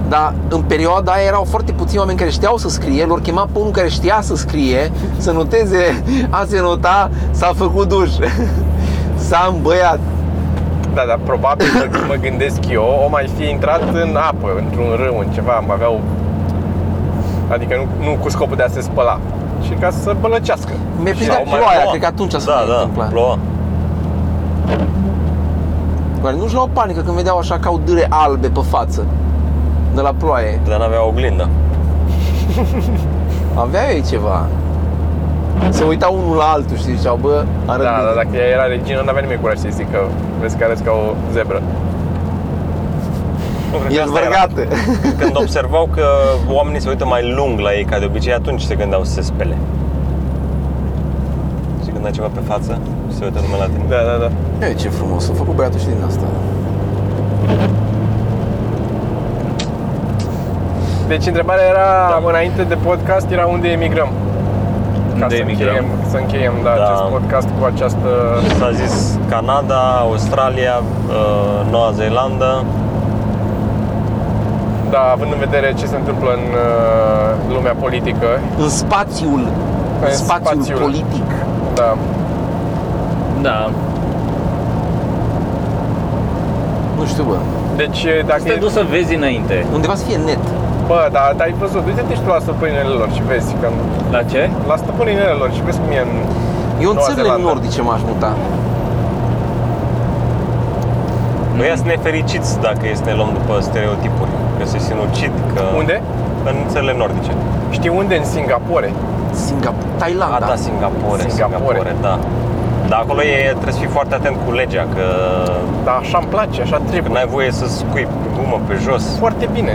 Speaker 1: Dar în perioada aia erau foarte puțini oameni care știau să scrie, lor chema pe unul care știa să scrie, să noteze, azi se nota, s-a făcut duș, s-a îmbăiat.
Speaker 3: Da, dar probabil că mă gândesc eu, o mai fi intrat în apă, într-un râu, în ceva, am aveau... Adică nu, nu cu scopul de a se spăla, ci ca să bălăcească.
Speaker 1: Mi-e prins
Speaker 2: Sau mai
Speaker 1: ploaia,
Speaker 2: ploua.
Speaker 1: cred că atunci s-a
Speaker 2: Da,
Speaker 1: mai
Speaker 2: da,
Speaker 1: întâmplat.
Speaker 2: ploua.
Speaker 1: Oare nu-și luau panică când vedeau așa ca o dâre albe pe față de la ploaie.
Speaker 2: Dar n-avea oglindă.
Speaker 1: Avea ei ceva. Se uitau unul la altul, știi, ziceau, bă, arăt
Speaker 3: Da,
Speaker 1: bine.
Speaker 3: dar dacă ea era regină, n-avea nimeni curaj să-i zică Vezi că arăți ca o zebră
Speaker 2: Nu, cred că
Speaker 1: E
Speaker 2: asta era.
Speaker 1: zvârgată.
Speaker 2: Când observau că oamenii se uită mai lung la ei ca de obicei, atunci se gândeau să se spele. Și când ai ceva pe față, se uită numai la tine.
Speaker 3: Da, da, da
Speaker 1: E, ce frumos, a făcut băiatul și din asta.
Speaker 3: Deci întrebarea era, înainte de podcast, era unde emigrăm. Ca
Speaker 5: Unde
Speaker 3: să
Speaker 5: emigrăm?
Speaker 3: încheiem, să încheiem da,
Speaker 2: Da.
Speaker 3: acest podcast cu această...
Speaker 2: S-a zis Canada, Australia, uh, Noua Zeelandă.
Speaker 3: Da, având în vedere ce se întâmplă în uh, lumea politică,
Speaker 1: În spațiul, în
Speaker 3: În
Speaker 1: spațiul,
Speaker 3: Păi, spațiul.
Speaker 1: politic.
Speaker 3: da.
Speaker 5: Da.
Speaker 1: Nu știu, bă.
Speaker 3: Deci dacă
Speaker 5: Te
Speaker 3: e...
Speaker 5: duci să vezi înainte.
Speaker 1: Undeva să fie net.
Speaker 3: Bă, da, dar ai văzut, uite-te și tu la stăpâninele lor și vezi că
Speaker 5: La ce?
Speaker 3: la stăpâninele lor și vezi cum e în...
Speaker 1: Eu în
Speaker 3: Noua
Speaker 1: țările
Speaker 3: Zeelandă.
Speaker 1: nordice m-aș muta.
Speaker 2: Păi sunt nefericiți dacă e să ne luăm după stereotipuri, că se sinucid, că...
Speaker 3: Unde? Ah,
Speaker 2: În țările nordice.
Speaker 3: Știi unde? În Singapore.
Speaker 1: Singapore, Thailanda.
Speaker 2: A, da, Singapore,
Speaker 3: Singapore.
Speaker 2: Singapore, da. Dar acolo e, trebuie să fii foarte atent cu legea, că,
Speaker 3: Dar așa îmi place, așa
Speaker 2: că
Speaker 3: trebuie.
Speaker 2: n-ai voie să scuip gumă pe jos.
Speaker 3: Foarte bine.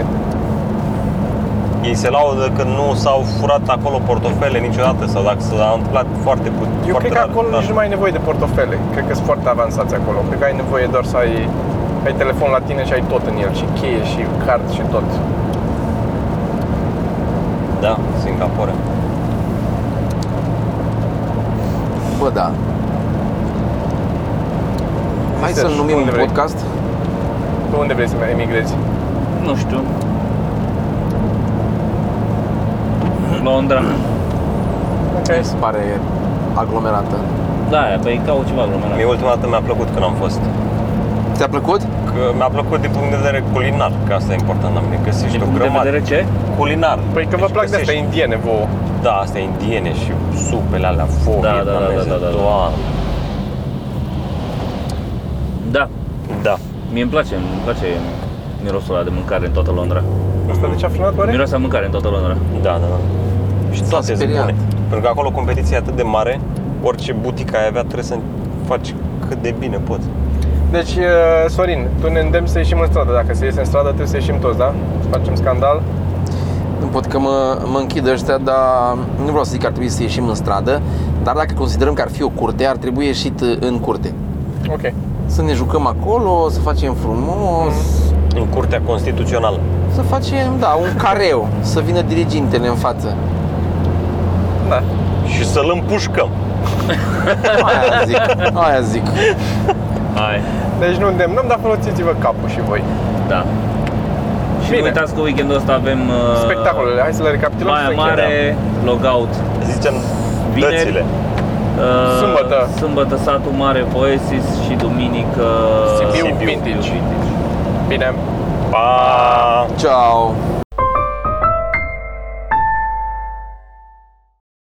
Speaker 2: Ei se laudă că nu s-au furat acolo portofele niciodată sau dacă s-a întâmplat foarte puțin.
Speaker 3: Eu
Speaker 2: foarte
Speaker 3: cred că
Speaker 2: rar, da.
Speaker 3: acolo
Speaker 2: dar-
Speaker 3: nici nu mai ai nevoie de portofele. Cred că sunt foarte avansați acolo. Cred că ai nevoie doar să ai, ai telefon la tine și ai tot în el. Și cheie și card și tot.
Speaker 2: Da, Singapore.
Speaker 1: Bă, da. Hai
Speaker 3: Serge,
Speaker 1: să-l numim
Speaker 3: unde
Speaker 1: un
Speaker 3: vrei?
Speaker 1: podcast.
Speaker 3: Tu unde vrei să emigrezi?
Speaker 5: Nu știu. Londra.
Speaker 1: Mi se pare aglomerată.
Speaker 5: Da, aia, păi caut ceva
Speaker 3: Da.
Speaker 5: aglomerat.
Speaker 2: Mie ultima dată mi-a plăcut când am fost.
Speaker 1: Ți-a plăcut?
Speaker 2: Că mi-a plăcut din punct de vedere culinar, că asta e important la mine, găsești
Speaker 5: Din
Speaker 2: o
Speaker 5: punct de
Speaker 2: grămadă.
Speaker 5: vedere ce?
Speaker 2: Culinar.
Speaker 3: Păi că vă
Speaker 2: Deci
Speaker 3: plac de astea
Speaker 2: găsești-
Speaker 3: indiene vouă.
Speaker 2: Da, astea indiene și supele alea, foc,
Speaker 5: Da, da, da, da,
Speaker 2: vietnameze,
Speaker 5: da, da, da.
Speaker 2: doamne.
Speaker 5: Da.
Speaker 2: Da.
Speaker 5: Mie îmi place, îmi place mirosul ăla de mâncare în toată Londra.
Speaker 3: Asta de ce a frânat oare?
Speaker 5: Miroase a mâncare în toată Londra.
Speaker 2: Da, da, da. Și toate sunt
Speaker 1: speriat.
Speaker 2: bune. Pentru că acolo competiția e atât de mare, orice butica ai avea trebuie să faci cât de bine poți.
Speaker 3: Deci, uh, Sorin, tu ne îndemni să ieșim în stradă. Dacă se iese în stradă, trebuie să ieșim toți, da? Să facem scandal.
Speaker 1: Nu pot că mă, mă închid ăștia, dar nu vreau să zic că ar trebui să ieșim în stradă, dar dacă considerăm că ar fi o curte, ar trebui ieșit uh, în curte.
Speaker 3: Ok.
Speaker 1: Să ne jucăm acolo, să facem frumos,
Speaker 2: În curtea constituțională.
Speaker 1: să facem, da, un careu, să vină dirigintele în față.
Speaker 3: Da.
Speaker 2: Și să-l împușcăm.
Speaker 1: Aia zic, aia zic.
Speaker 5: Hai.
Speaker 3: Deci nu îndemnăm, dar folosiți-vă capul și voi.
Speaker 5: Da. Și
Speaker 3: Bine.
Speaker 5: nu uitați că weekendul ăsta avem uh,
Speaker 3: Spectacolele, hai să le recapitulăm.
Speaker 5: Baia
Speaker 3: și să încheiem.
Speaker 5: Mare, Logout,
Speaker 2: Zicem
Speaker 5: Vineri.
Speaker 2: dățile.
Speaker 5: uh,
Speaker 3: Sâmbătă.
Speaker 5: Sâmbătă Satul Mare, Poesis și duminică
Speaker 3: Sibiu
Speaker 5: Sibiu
Speaker 3: Vintage.
Speaker 5: Vintage.
Speaker 3: Bine.
Speaker 2: Pa!
Speaker 1: Ciao.